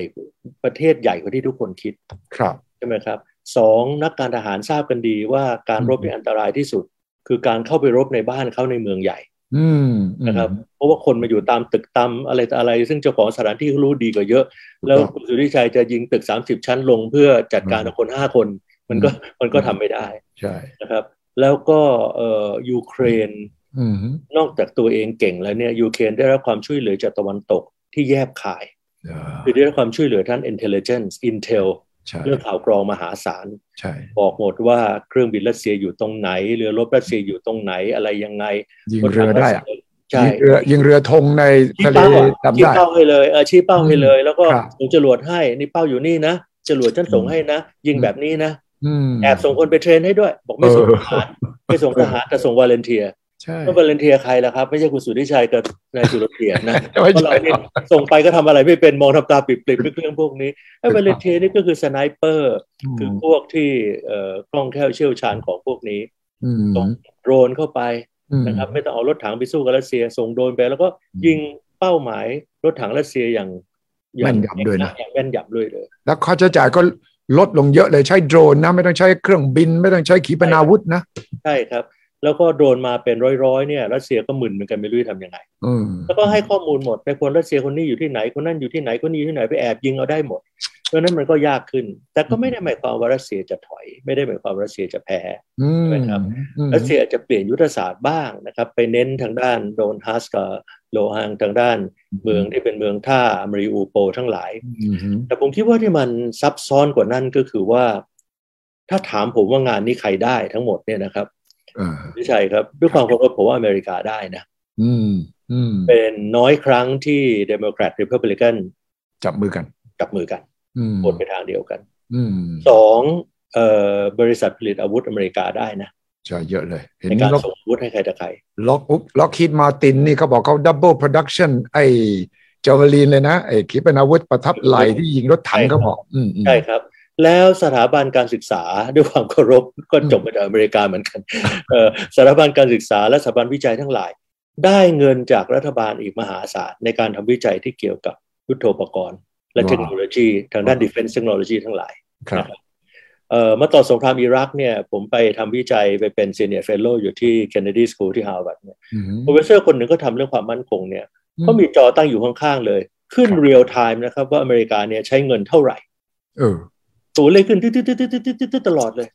ประเทศใหญ่กว่าที่ทุกคนคิด ครับ ใช่ไหมครับสองนักการทหารทราบกันดีว่าการรบ อืม เป็นอันตรายที่สุด คือการเข้าไปรบในบ้านเขาในเมืองใหญ่ อืม นะครับเพราะว่าคนมาอยู่ตามตึกตามอะไรต่ออะไร ซึ่งเจ้าของสถานที่รู้ดีกว่าเยอะ แล้วคุณสุริชัยจะยิงตึก 30 ชั้นลงเพื่อจัดการกับคน 5 คน มันก็มันก็ทำไม่ได้ ใช่ นะครับ แล้วก็เอ่อยูเครน อืม นอกจากตัวเองเก่งแล้วเนี่ยยูเครนได้รับความช่วยเหลือจากตะวันตกที่แยบขาย เออ คือได้รับความช่วยเหลือท่าน intelligence intel ใช่ เรื่องข่าวกรองมหาศาล ใช่ บอกหมดว่าเครื่องบินรัสเซียอยู่ตรงไหน เรือรบรัสเซียอยู่ตรงไหนอะไรยังไง ยิงเรือได้อะ ใช่ ยิงเรือยิงเรือธงใน ชี้ ทะเล เป้าอะ จำ ชี้ ได้ เป้าให้เลยเออชี้เป้าให้เลย แล้วก็ ครับ ส่งจรวดให้นี่เป้าอยู่นี่นะจรวดฉันส่งให้นะ ยิง อืม แบบนี้นะ อืม แอบส่งคนไปเทรนให้ด้วย บอกไม่ส่ง เออ ทหารไม่ส่งทหารแต่ส่งวาเลนเทีย ใช่ ก็วาเลนเทียใครล่ะครับ ไม่ใช่คุณสุทธิชัยกับนายสุรเกียร (laughs) ตินะ ไม่ เพราะเรา ใช่ เนี่ยส่งไปก็ทำอะไรไม่เป็นมองทำตาปริบๆนึกเรื่องพวกนี้ไอ้วาเลนเทียนี่ก็คือสไนเปอร์ คือพวกที่เอ่อคล่องแคล่วเชี่ยวชาญของพวกนี้ อืม ส่ง โดรนเข้าไปนะครับไม่ต้องเอารถถังไปสู้กับรัสเซียส่งโดรนไปแล้วก็ยิงเป้าหมายรถถังรัสเซียอย่างอาแม่งนยำด้วยนะ อย่างแม่นยำด้วยเลย แล้วค่าใช้จ่ายก็ลดลงเยอะเลยใช้โดรนนะ ไม่ต้องใช้เครื่องบิน ไม่ต้องใช้ขีปนาวุธนะ ใช่ครับ แล้วก็โดรนมาเป็นร้อยๆเนี่ยรัสเซียก็มึนเหมือนกันไม่รู้จะทำยังไง อืม แล้วก็ให้ข้อมูลหมดในคนรัสเซียคนนี้อยู่ที่ไหนคนนั้นอยู่ที่ไหนคนนี้อยู่ที่ไหนไปแอบยิงเอาได้หมดเพราะฉะนั้นมันก็ยากขึ้น แต่ก็ไม่ได้หมายความว่ารัสเซียจะถอย ไม่ได้หมายความว่ารัสเซียจะแพ้ อืม ใช่ครับ อืม รัสเซียอาจจะเปลี่ยนยุทธศาสตร์บ้างนะครับ ไปเน้นทางด้านโดนฮัสกับโลฮังทางด้านเมืองที่เป็นเมืองท่าอมริอูโปทั้งหลาย อืม แต่ผมคิดว่าที่มันซับซ้อนกว่านั้นก็คือว่า ถ้าถามผมว่างานนี้ใครได้ทั้งหมดเนี่ยนะครับ เออ พี่ชัยครับด้วยความเคารพผมว่าอเมริกาได้นะ อืมอืม เป็นน้อยครั้งที่เดโมแครตหรือพับลิกัน จับมือกัน จับมือกัน อืม โหนไปทางเดียวกัน อืม สองเอ่อบริษัทผลิตอาวุธอเมริกาได้นะ ใช่เยอะเลย เห็น ในการ ล็อก ส่งอาวุธให้ใครต่อใคร ล็อกอุ๊บล็อกฮิดมาตินนี่เขาบอกเขาดับเบิลโปรดักชันไอ้เจาวลีนเลยนะ ไอ้ขีปนาวุธประทับไหลที่ยิงรถถังเขาบอก อืมอืม ใช่ครับ แล้วสถาบันการศึกษาด้วยความเคารพ (laughs) ก็จบมาจากอเมริกาเหมือนกันเอ่อสถาบันการศึกษาและสถาบันวิจัยทั้งหลาย ได้เงินจากรัฐบาลอีกมหาศาลในการทำวิจัยที่เกี่ยวกับยุทโธปกรณ์ และ ว้าว เทคโนโลยี ทางด้าน defense technology ทั้งหลาย ครับ เอ่อมาต่อสงครามอิรักเนี่ยผมไปทำวิจัยไปเป็น senior fellow อยู่ที่ Kennedy School ที่ฮาร์วาร์ดเนี่ย อืม โปรเฟสเซอร์คนหนึ่งก็ทำเรื่องความมั่นคงเนี่ยเขามีจอตั้งอยู่ข้างๆเลย ขึ้น ครับ เรียลไทม์นะครับว่าอเมริกาเนี่ยใช้เงินเท่าไหร่ เออ ตัวเลขขึ้นติ๊ดๆๆๆๆๆตลอดเลย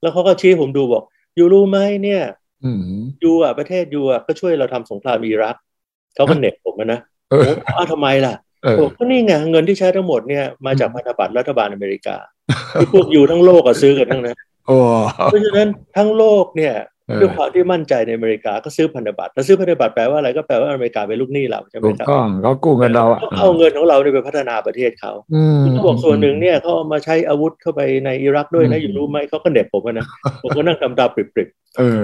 แล้วเขาก็ชี้ให้ผมดูบอก อยู่รู้ไหมเนี่ย อืม ยูอ่ะประเทศยูอ่ะก็ช่วยเราทำสงครามอิรักเขาก็เหน็บผมอะนะ เออ ผมอ้าวทำไมล่ะ เออ ผมก็นี่ไงเงินที่ใช้ทั้งหมดเนี่ยมาจากพันธบัตรรัฐบาลอเมริ (laughs) กาที่พวกยูทั้งโลกก็ซื้อกันทั้งนั้น โอ้ เพราะฉะนั้นทั้งโลกเนี่ย เออ ด้วยความที่มั่นใจในอเมริกาก็ซื้อพันธบัตรแล้วซื้อพันธบัตรแปลว่าอะไรก็แปลว่าอเมริกาเป็นลูกหนี้เราใช่ไหม ถูก ครับ ต้องเขากู้เงินเราอ่ะ ก็เอาเงินของเราเนี่ยไปพัฒนาประเทศเขา อืม เขาบอกส่วนหนึ่งเนี่ยเขาเอามาใช้อาวุธเข้าไปในอิรักด้วยนะ อืม อยู่รู้ไหมเขาก็เหน็บผมอะนะ ผมก็นั่งทำตาปริบ เออ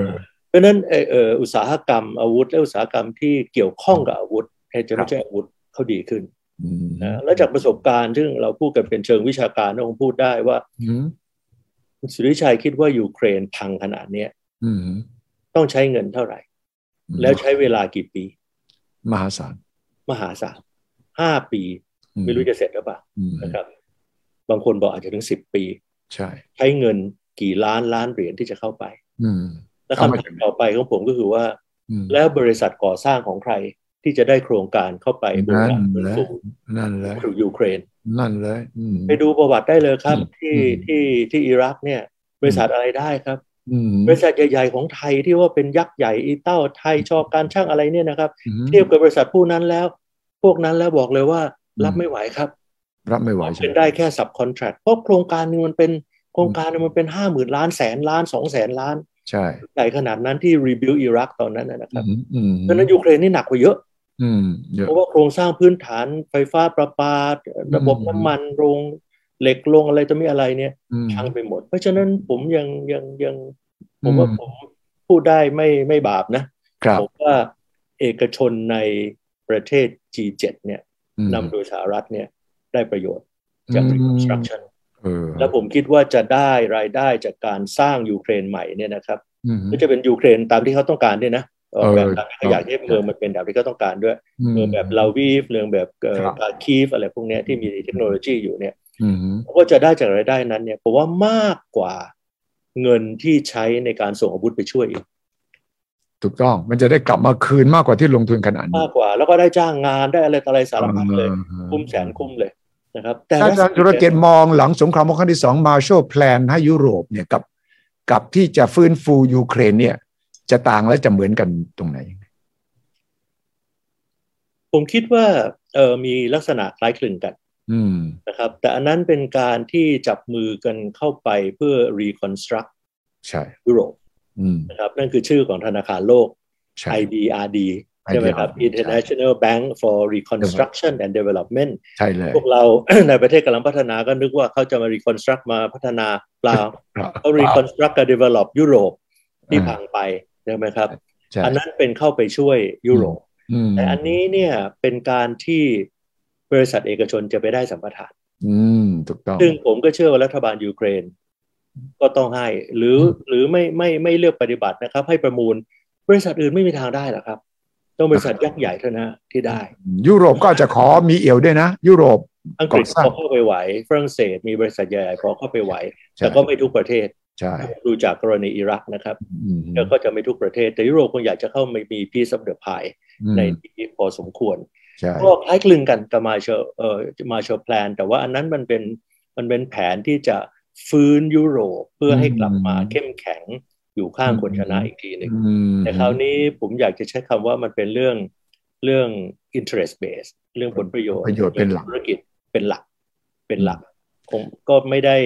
เพราะฉะนั้นเอ่อเอ่ออุตสาหกรรมอาวุธ และอุตสาหกรรมที่เกี่ยวข้องกับอาวุธแทนจะไม่ใช่อาวุธเขาดีขึ้น อืม นะและจากประสบการณ์ซึ่งเราพูดกันเป็นเชิงวิชาการนะคงพูดได้ว่า อืม คุณสุริชัยคิดว่ายูเครนพังขนาดเนี้ย อืม ต้องใช้เงินเท่าไหร่ แล้วใช้เวลากี่ปี มหาศาล มหาศาลห้าปี อื ไม่รู้จะเสร็จหรือเปล่า อืม นะครับ บางคนบอกอาจจะถึงสิบปี ใช่ ใช้เงินกี่ล้านล้านเหรียญที่จะเข้าไป อืม และ เอา คำ มา ถามต่อไปของผมก็คือว่า อืม แล้วบริษัทก่อสร้างของใครที่จะได้โครงการเข้าไปบูรณะ นั่ ฟื้ นแหละนฟู นั่นเลย สู่ยูเครน นั่นเลยอืม ไปดูประวัติได้เลยครับ ที่ อืม ที่ที่อิรักเนี่ย บริษัทอะไรได้ครับ อืม บริษัทใหญ่ๆของไทยที่ว่าเป็นยักษ์ใหญ่อีเต้าไทยชอการช่างอะไรเนี่ยนะครับ อืม เทียบกับบริษัทผู้นั้นแล้ว พวกนั้นแล้วบอกเลยว่า อืม รับไม่ไหวครับ รับไม่ไหวใช่ เป็น ไหม ได้แค่สับคอนแทรคเพราะโครงการนึงมันเป็นโครงการนึงมันเป็นห้าหมื่นล้านแสนล้านสองแสนล้าน ใช่ ใหญ่ขนาดนั้นที่รีบิวอิรักตอนนั้นนะนะค อื รับ มอืม เพราะฉะนั้นยูเครนนี่หนักกว่าเยอะ อืมเยอะ เพราะว่าโครงสร้างพื้นฐานไฟฟ้าประปา ระบบ อืม น้ำมันโรงเหล็กโรงอะไรต่อมีอะไรเนี่ย อืม พังไปหมด เพราะฉะนั้นผมยังยังยังผมว่า อืม ผมพูดได้ไม่ไม่บาปนะ ครับ ผมว่าเอกชนในประเทศ G7 เนี่ย อืม นำโดยสหรัฐเนี่ยได้ประโยชน์จาก reconstruction เออ และผมคิดว่าจะได้รายได้จากการสร้างยูเครนใหม่เนี่ยนะครับ อืม ก็จะเป็นยูเครนตามที่เขาต้องการด้วยนะออกแบบ เออ ตามที่เขาอยากให้เมืองมันเป็นแบบที่เขาต้องการด้วย อืม เมืองแบบลาวีฟเมืองแบบเอ่อ ครับ กาคีฟอะไรพวกเนี้ยที่มีเทคโนโลยีอยู่เนี่ย อืม ก็จะได้จากรายได้นั้นเนี่ยผมว่ามากกว่าเงินที่ใช้ในการส่งอาวุธไปช่วยอีก ถูกต้องมันจะได้กลับมาคืนมากกว่าที่ลงทุนขนาดนี้ มากกว่า แล้วก็ได้จ้างงานได้อะไรต่ออะไรสารพัดเลย ออ คุ้มแสนคุ้มเลยนะครับ แต่ ถ้าอาจารย์ธุรเกยรตมองหลังสงครามโลกครั้งที่สองมาโชแพลนให้ยุโรปเนี่ยกับกับที่จะฟื้นฟูยูเครนเนี่ยจะต่างและจะเหมือนกันตรงไหน ผมคิดว่าเออมีลักษณะคล้ายคลึงกัน อืม นะครับ แต่อันนั้นเป็นการที่จับมือกันเข้าไปเพื่อ reconstruct ใช่ ยุโรป อืม นะครับนั่นคือชื่อของธนาคารโลก ใช่ IBRD ใช่ไหมครับ IBRD ใช่ International Bank for Reconstruction and Development ใช่เลย พวกเรา ในประเทศกำลังพัฒนาก็นึกว่าเขาจะมา reconstruct มาพัฒนาเป (laughs) ล่าเขา reconstruct กับ develop ยุโรปที่พังไปใช่ไหมครับ ใช่ อันนั้นเป็นเข้าไปช่วยยุโรป อืม แต่อันนี้เนี่ยเป็นการที่บริษัทเอกชนจะไปได้สัมปทาน อืมถูกต้อง ซึ่งผมก็เชื่อว่ารัฐบาลยูเครน ก็ต้องให้ หรือ อืม หรือไม่ไม่ไม่เลือกปฏิบัตินะครับ ให้ประมูลบริษัทอื่นไม่มีทางได้หรอกครับ ต้องบริษัทยักษ์ใหญ่เท่านั้นที่ได้ ยุโรปก็อาจจะขอมีเอี่ยวด้วยนะ ยุโรป อังกฤษ ก่อสร้าง พอเข้าไปไหวฝรั่งเศสมีบริษัทใหญ่พอเข้าไปไหว ใช่ แต่ก็ไม่ทุกประเทศ ใช่ ดูจากกรณีอิรักนะครับ อืม แล้วก็จะไม่ทุกประเทศ แต่ยุโรปคงอยากจะเข้ามามีพีซอฟเดอะพายใน อืม ที่พอสมควร ใช่ ก็คล้ายคลึงกันกับมาเชลเอ่อมาเชลแพลนแต่ว่าอันนั้นมันเป็นมันเป็นแผนที่จะฟื้นยุโรปเพื่อให้กลับมาเข้มแข็งอยู่ข้างคนชนะอีกทีหนึ่ง อืม แต่คราวนี้ผมอยากจะใช้คำว่ามันเป็นเรื่องเรื่อง interest base เรื่องผลประโยชน์ ประโยชน์เป็นหลัก ธุรกิจเป็นหลักเป็นหลักคงก็ไม่ได้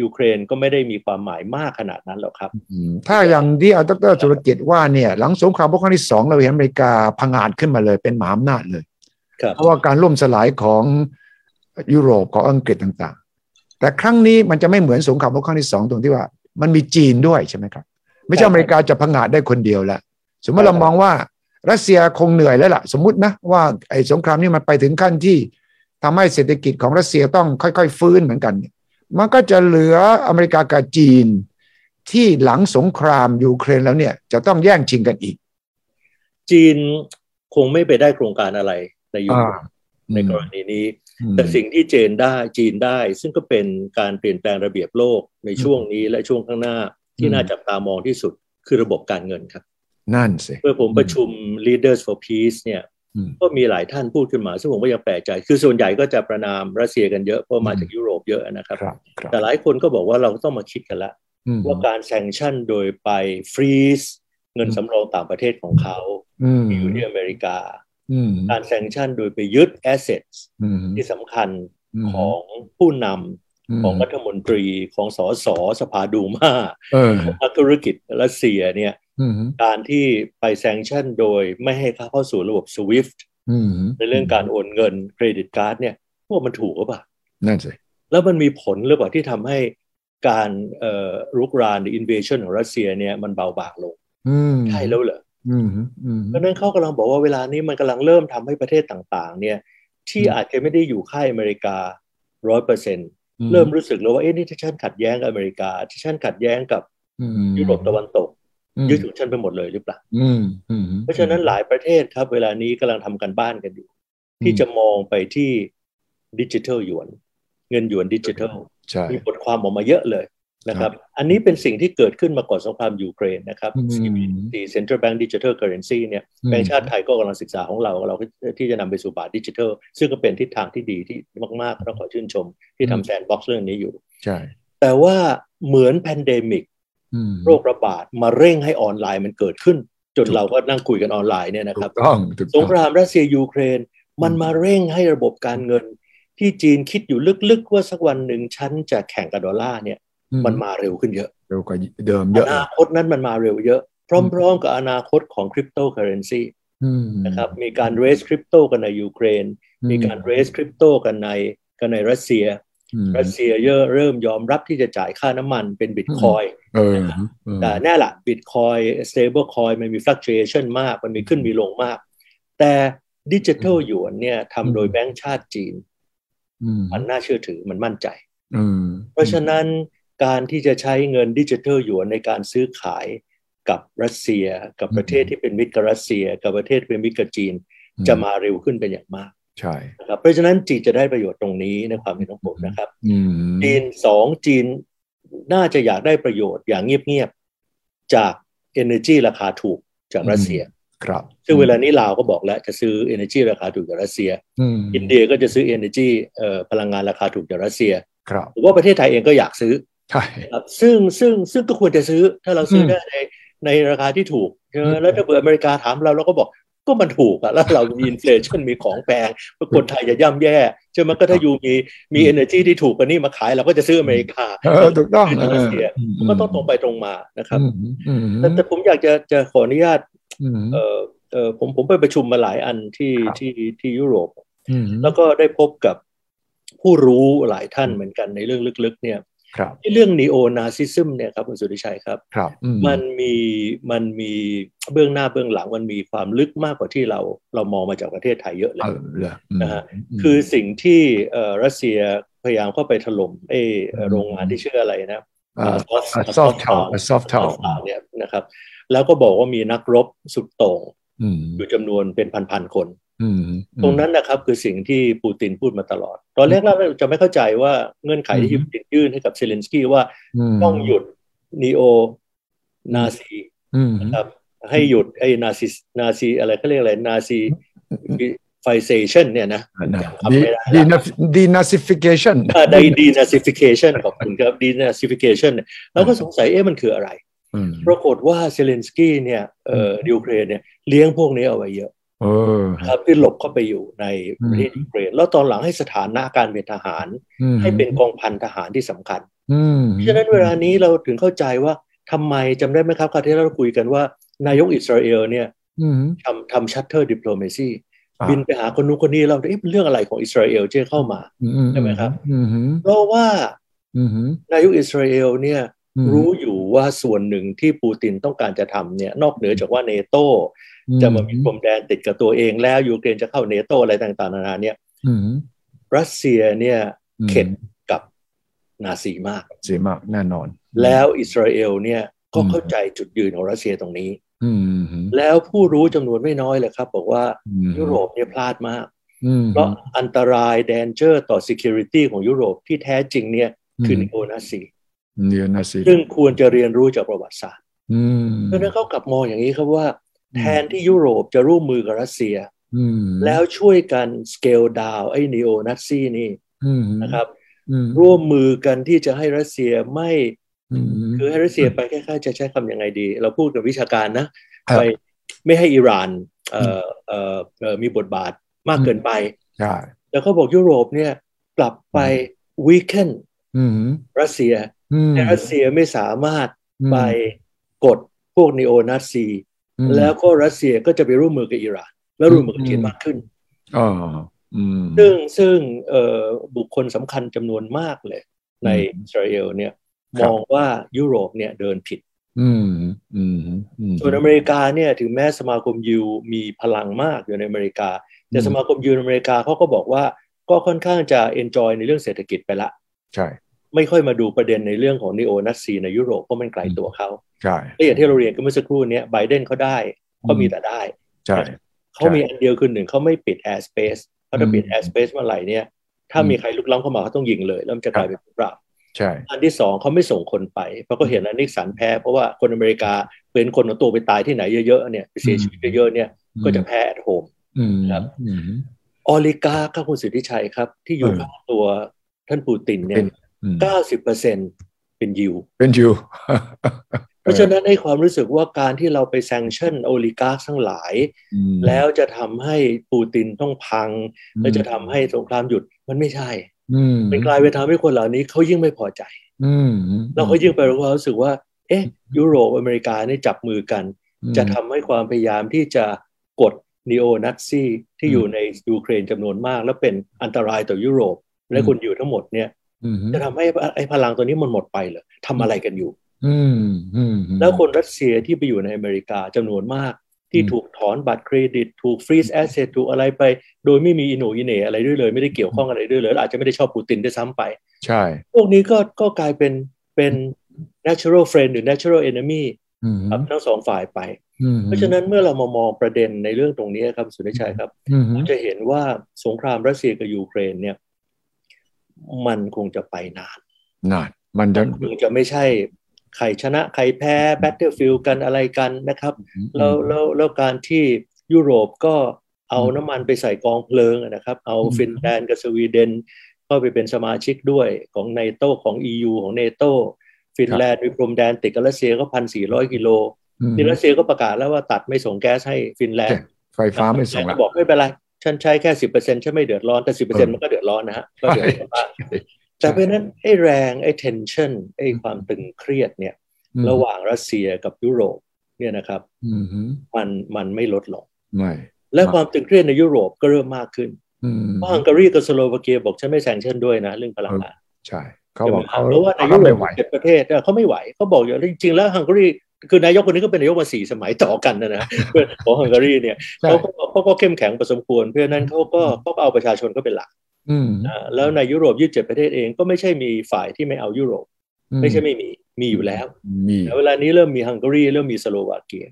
ยูเครนก็ไม่ได้มีความหมายมากขนาดนั้นหรอกครับ อืมถ้าอย่างที่อาจารย์ธุรเกียรติว่าเนี่ยหลังสงครามโลกครั้งที่สองเราเห็นอเมริกาพังอาจขึ้นมาเลยเป็นมหาอำนาจเลย ครับ เพราะว่าการล่มสลายของยุโรปของอังกฤษต่างๆ แต่ครั้งนี้มันจะไม่เหมือนสงครามโลกครั้งที่สองตรงที่ว่า มันมีจีนด้วยใช่ไหมครับ ไม่ใช่อเมริกาจะพังอาจได้คนเดียวละสมมติเรามองว่ารัสเซียคงเหนื่อยแล้วล่ะสมมตินะว่าไอ้สงครามนี้มันไปถึงขั้นที่ทำให้เศรษฐกิจของรัสเซียต้องค่อยๆ ฟื้นเหมือนกันเนี่ยมันก็จะเหลืออเมริกากับจีนที่หลังสงครามยูเครนแล้วเนี่ยจะต้องแย่งชิงกันอีก จีนคงไม่ไปได้โครงการอะไรในยุโรปในกรณีนี้ แต่สิ่งที่เจนได้จีนได้ ซึ่งก็เป็นการเปลี่ยนแปลงระเบียบโลกในช่วงนี้และช่วงข้างหน้าที่น่าจับตามองที่สุดคือระบบการเงินครับ นั่นสิ เมื่อผมประชุม Leaders for Peace เนี่ย อืม ก็มีหลายท่านพูดขึ้นมา ซึ่งผมก็ยังแปลกใจ คือส่วนใหญ่ก็จะประนามรัสเซียกันเยอะ เพราะมาจากยุโรปเยอะนะครับ ครับครับ แต่หลายคนก็บอกว่าเราต้องมาคิดกันละ อืม ว่าการแซงชั่นโดยไปฟรีซเงินสำรองต่างประเทศของเขา อืม ที่อยู่ที่อเมริกา อืม การแซงชั่นโดยไปยึดแอสเซท อืม ที่สำคัญ ม ของผู้นำ ม ของรัฐมนตรีของสสสภาดูมา เออ นักธุรกิจรัสเซียเนี่ย อืม การที่ไปแซงชั่นโดยไม่ให้เข้าเข้าสู่ระบบ SWIFT อืม ในเรื่องการโอนเงินเครดิตการ์ดเนี่ยพวกมันถูกหรือเปล่า นั่นสิ แล้วมันมีผลหรือเปล่าที่ทำให้การเอ่อรุกรานหรือ invasion ของรัสเซียเนี่ยมันเบาบางลง อืม ใช่แล้วเหรอ อืมอืม เพราะฉะนั้นเขากำลังบอกว่าเวลานี้มันกำลังเริ่มทำให้ประเทศต่างๆ เนี่ย ที่อาจจะไม่ได้อยู่ค่ายอเมริการ้อยเปอร์เซ็นเริ่มรู้สึกแล้วว่าเอ๊ะนี่ที่ฉันขัดแย้งกับอเมริกา ที่ฉันขัดแย้งกับ อืม ยุโรปตะวันตก อืม ยึดถึงฉันไปหมดเลยหรือเปล่า อืมอืม เพราะฉะนั้นหลายประเทศครับ เวลานี้กำลังทำกันบ้านกันอยู่ ที่จะมองไปที่ดิจิทัลหยวน เงินหยวนดิจิทัล ใช่ มีบทความออกมาเยอะเลยนะครับ อันนี้เป็นสิ่งที่เกิดขึ้นมาก่อนสงครามยูเครนนะครับ อืม CBDC Central Bank Digital Currency เนี่ยแบงก์ชาติไทยก็กำลังศึกษาของเรา เราที่จะนำไปสู่บาทดิจิทัล ซึ่งก็เป็นทิศทางที่ดีที่มากๆต้องขอชื่นชม ที่ทำแซนด์บ็อกซ์เรื่องนี้อยู่ ใช่ แต่ว่าเหมือนแพนเดมิก อืม โรคระบาดมาเร่งให้ออนไลน์มันเกิดขึ้น จนเราก็นั่งคุยกันออนไลน์เนี่ยนะค ถู รับ กต้องถูก ส ต้อง ง ครามรัสเซียยูเครน มันมาเร่งให้ระบบการเงิน ที่จีนคิดอยู่ลึกๆว่าสักวันหนึ่งฉันจะแข่งกับดอลลาร์เนี่ย อื มันมาเร็วขึ้นเยอะ เร็วกว่าเดิมเย อ อะ นาคตนั้นมันมาเร็วเยอะ พร้อมๆกับอนาคตของคริปโตเคอเรนซี อืม นะครับ มีการเรสคริปโตกันในยูเครน มีการเรสคริปโตกันในกันในรัสเซีย อืม รัสเซียเยอะเริ่มยอมรับที่จะจ่ายค่าน้ำมันเป็นบิตคอยน์ เออเออ แต่แน่ละบิตคอยสเตเบิลคอยมันมี fluctuation มาก มันมีขึ้นมีลงมาก แต่ดิจิทัลหยวนเนี่ยทำโดยแบงก์ชาติจีน อืม มันน่าเชื่อถือมันมั่นใจ อืม เพราะฉะนั้นการที่จะใช้เงินดิจิทัลหยวนในการซื้อขายกับรัสเซีย กับประเทศที่เป็นมิตรกับรัสเซีย กับประเทศที่เป็นมิตรกับจีน จะมาเร็วขึ้นเป็นอย่างมาก ใช่ นะครับเพราะฉะนั้นจีนจะได้ประโยชน์ตรงนี้ในความเห็นของผมนะครับ อืม จีนสองจีนน่าจะอยากได้ประโยชน์อย่างเงียบๆจาก Energy ราคาถูกจากรัสเซีย ครับ ซึ่งเวลานี้ลาวก็บอกแล้วจะซื้อ Energy ราคาถูกจากรัสเซีย อืม อินเดียก็จะซื้อ Energy เอ่อพลังงานราคาถูกจากรัสเซีย ครับ ผมว่าประเทศไทยเองก็อยากซื้อ ใช่ ครับซึ่งซึ่งซึ่งก็ควรจะซื้อถ้าเราซื้ออ ม ได้ในในราคาที่ถูกใช่ไหม อืม แล้วถ้าเบื่ออเมริกาถามเราเราก็บอกก็มันถูกอะแล้วเรามีอินฟลชันมีของแพงคนไทยจะย่ำแย่ใช่ไหมก็ถ้าอยู่มีมี energy ที่ถูกกว่านี้มาขายเราก็จะซื้ออเมริกา เออถูกต้อง อินโดนีเซีย เออ มันก็ต้องตรงไปตรงมานะครับ อืมอืม แต่แต่ผมอยากจะจะขออนุญาต อืม เออเออผมผมไปประชุมมาหลายอันที่ ครับ ที่ที่ยุโรป อืม แล้วก็ได้พบกับผู้รู้หลายท่านเหมือนกันในเรื่องลึกๆเนี่ย ครับ ที่เรื่องนีโอนาซิซึมเนี่ยครับคุณสุริชัยครับ ครับอื มันมีมันมีเบื้องหน้าเบื้องหลังมันมีความลึกมากกว่าที่เราเรามองมาจากประเทศไทยเยอะเล เอย อเหรออืม นะฮะ คือสิ่งที่เอ่อรัสเซียพยายามเข้าไปถล่มเออโรงงานที่ชื่ออะไรนะ เอ่อ ซอฟ soft tower soft tower เนี่ยนะครับ แล้วก็บอกว่ามีนักรบสุดโต่ง อืม อยู่จำนวนเป็นพันๆคน อืม ตรงนั้นนะครับคือสิ่งที่ปูตินพูดมาตลอด ตอนแรกเราจะไม่เข้าใจว่าเงื่อนไขที่ อื ยู ม ตินยื่นให้กับเซเลนสกี้ว่าต้องหยุดนีโอนาซี อืม นะครับให้หยุดไอ้นาซีนาซีอะไรเขาเรียกอะไรนาซีไฟเซชันเนี่ยนะ (laughs) จำไม่ได้ละ ดีนะดีนาซิฟิเคชัน ไดดีนาซิฟิเคชันขอบคุณครับดีนาซิฟิเคชันยเราก็สงสัยเอ๊ะมันคืออะไร ปรากฏว่าเซเลนสกี้เนี่ยเอ่อยูเครนเนี่ยเลี้ยงพวกนี้เอาไว้เยอะ เออ ครับที่หลบเข้าไปอยู่ในประเทศ อืม ยูเครนแล้วตอนหลังให้สถานะการเป็นทหาร อืม ให้เป็นกองพันทหารที่สำคัญ อืม เพราะฉะนั้นเวลานี้เราถึงเข้าใจว่าทำไมจำได้ไหมครับคราวที่เราคุยกันว่านายกอิสราเอลเนี่ย อืม ทำทำชัตเตอร์ดิปโลเมซี อ่ะ บินไปหาคนนู้นคนนี้เราเอ๊ะเป็นเรื่องอะไรของอิสราเอลที่เข้ามา อื ใช่ไหมครับ อืม เพราะว่า อืมอืม นายกอิสราเอลเนี่ย อืม รู้อยู่ว่าส่วนหนึ่งที่ปูตินต้องการจะทำเนี่ยนอกเหนือจากว่าเนโตจะมามีพรมแดนติดกับตัวเองแล้วยูเครนจะเข้าเนโตอะไรต่างๆนานาเนี่ย อืม รัสเซียเนี่ย อืม เข็ดกับนาซีมาก เสียมากแน่นอน แล้วอิสราเอลเนี่ยก็เข้าใจจุดยืนของรัสเซียตรงนี้ อืมอืม แล้วผู้รู้จำนวนไม่น้อยเลยครับบอกว่ายุโรปเนี่ยพลาดมาก อืม เพราะอันตราย danger ต่อ security ของยุโรปที่แท้จริงเนี่ยคือนิโอนาซี เนียนาซี ซึ่งควรจะเรียนรู้จากประวัติศาสตร์ อืม เพราะฉะนั้นเขากลับมองอย่างนี้ครับว่า แทนที่ยุโรปจะร่วมมือกับรัสเซีย อืม แล้วช่วยกัน scale down ไอ้นิโอนาซีนี่ อืม นะครับ อืม ร่วมมือกันที่จะให้รัสเซียไม่ อืม คือให้รัสเซียไปคล้ายๆจะใช้คำยังไงดี เราพูดกับวิชาการนะครับ ไปไม่ให้อิหร่านเอ่อเอ่อเอ่อมีบทบาทมากเกินไป ใช่ แล้วเขาบอกยุโรปเนี่ยกลับไป weaken อืม รัสเซีย อืม แต่รัสเซียไม่สามารถไปกดพวกนีโอนาซี อืม แล้วก็รัสเซียก็จะไปร่วมมือกับอิหร่านและร่วมมือกับจีนมากขึ้น อ๋ออืม ซึ่งซึ่งเอ่อบุคคลสำคัญจำนวนมากเลย ใน อืม อิสราเอลเนี่ย ค ม รับ องว่ายุโรปเนี่ยเดินผิด อืมอืมอืม ส่วนอเมริกาเนี่ยถึงแม้สมาคมยูมีพลังมากอยู่ในอเมริกา แต่สมาคมยูในอเมริกาเขาก็บอกว่าก็ค่อนข้างจะเอนจอยในเรื่องเศรษฐกิจไปละ ใช่ ไม่ค่อยมาดูประเด็นในเรื่องของน e โอนัสซีในยุโรปเพราะมันไกลตัวเขา ใช่ และอย่างที่เราเรียนกันเมื่อสักครู่เนี้ยไบเดนเขาได้ก็มีแต่ได้ ใช่ เขามีอันเดียวคือหนึ่งเขาไม่ปิด air space เพราะถ้าปิด air space เมื่อไหร่เนี่ย ถ้ามีใครลุกล้ำเข้ามาเขาต้องยิงเลย แล้วมันจะกลายเป็นสงคราม ใช่ อันที่สองเขาไม่ส่งคนไป เพราะก็เห็นอันนิกสันแพ้ เพราะว่าคนอเมริกาเป็นคนของตัวไปตายที่ไหนเยอะๆเนี่ยไปเสียชีวิตเยอะๆเนี่ยก็จะแพ้ at home อืม ครับ อืม ออลิกาครับคุณสิทธิชัยครับ ที่อยู่ เออ ข้างตัวท่านปูตินเนี่ย เป็น อืม เก้าสิบเปอร์เซ็นเป็นยิว เป็นอยู่ เพราะฉะนั้นไอ้ความรู้สึกว่าการที่เราไปแซงชั่นโอลิการ์ทั้งหลาย อืม แล้วจะทำให้ปูตินต้องพัง อืม แล้วจะทำให้สงครามหยุดมันไม่ใช่ อืม มันกลายไปทำให้คนเหล่านี้เขายิ่งไม่พอใจ อืม แล้วเขายิ่งไปรู้ความรู้สึกว่า เอ๊ะ ยุโรปอเมริกาเนี่ยจับมือกัน อืม จะทำให้ความพยายามที่จะกดนีโอนัตซีที่ อืม อยู่ในยูเครนจำนวนมาก แล้วเป็นอันตรายต่อยุโรป และ อืม คนอยู่ทั้งหมดเนี่ย อืม จะทำให้ไอ้พลังตัวนี้มันหมดไปเหรอทำอะไรกันอยู่ อืมอืม แล้วคนรัสเซียที่ไปอยู่ในอเมริกาจำนวนมาก ที่ อืม ถูกถอนบัตรเครดิต ถูกฟรีซแอสเซทถูกอะไรไป โดยไม่มีอิโหนอิเหนอะไรด้วยเลย ไม่ได้เกี่ยวข้องอะไรด้วยเลยและอาจจะไม่ได้ชอบปูตินด้วยซ้ำไป ใช่ พวกนี้ก็ก็กลายเป็นเป็น natural friend หรือ natural enemy อืม ครับทั้งสองฝ่ายไป อืม เพราะฉะนั้นเมื่อเรามามองประเด็นในเรื่องตรงนี้ครับสุนิชัยครับ อืม เราจะเห็นว่าสงครามรัสเซียกับยูเครนเนี่ยมันคงจะไปนาน นั่นมันจะ คงจะไม่ใช่ใครชนะใครแพ้ battlefield กันอะไรกันนะครับ แล้วแล้วแล้วการที่ยุโรปก็เอาน้ำมันไปใส่กองเพลิงอะนะครับ เอา อืม ฟินแลนด์กับสวีเดนเข้าไปเป็นสมาชิกด้วยของไนโตของ EU ของเนโตฟินแลนด์มีพรมแดนติดกับรัสเซียก็พันสี่ร้อยกิโล อืม นี่รัสเซียก็ประกาศแล้วว่าตัดไม่ส่งแก๊สให้ฟินแลนด์ ไฟฟ้าไม่ส่ง แลน ละ ด์ก็บอกไม่เป็นไรฉันใช้แค่สิบเปอร์เซ็นต์ฉันไม่เดือดร้อนแต่สิบเปอร์เซ็นต์มันก็เดือดร้อนนะฮะก็เดือดร้อนบ้าง แต่เพราะฉะนั้นไอ้แรงไอ้ tension ไอ้ความตึงเครียดเนี่ย อืม ระหว่างรัสเซียกับยุโรปเนี่ยนะครับ อืม มันมันไม่ลดลง ไม่ และ ครับ ความตึงเครียดในยุโรปก็เริ่มมากขึ้น อืม เพราะฮังการีกับสโลวาเกียบอกฉันไม่แซงชั่นด้วยนะเรื่องพลังงาน ใช่เขาบอกเขา เพราะว่าใน เขา ยุโร ไม่ ป ไหว เจ็ดประเทศเนี่ยเขาไม่ไหวเขาบอกอย่างจริงๆแล้วฮังการีคือนายกคนนี้ก็เป็นนายกมาสี่สมัยต่อกันนะ (laughs) นะ เพื่อนของฮังการีเนี่ย ใช่ เขาก็เขาก็เข้มแข็งพอสมควรเพราะฉะนั้นเขาก็เขาก็เอาประชาชนก็เป็นหลัก อืม นะแล้วในยุโรปยี่สิบเจ็ดประเทศเองก็ไม่ใช่มีฝ่ายที่ไม่เอายุโรป ไม่ใช่ไม่มี มีอยู่แล้ว มี แต่เวลานี้เริ่มมีฮังการีเริ่มมีสโลวาเกีย ม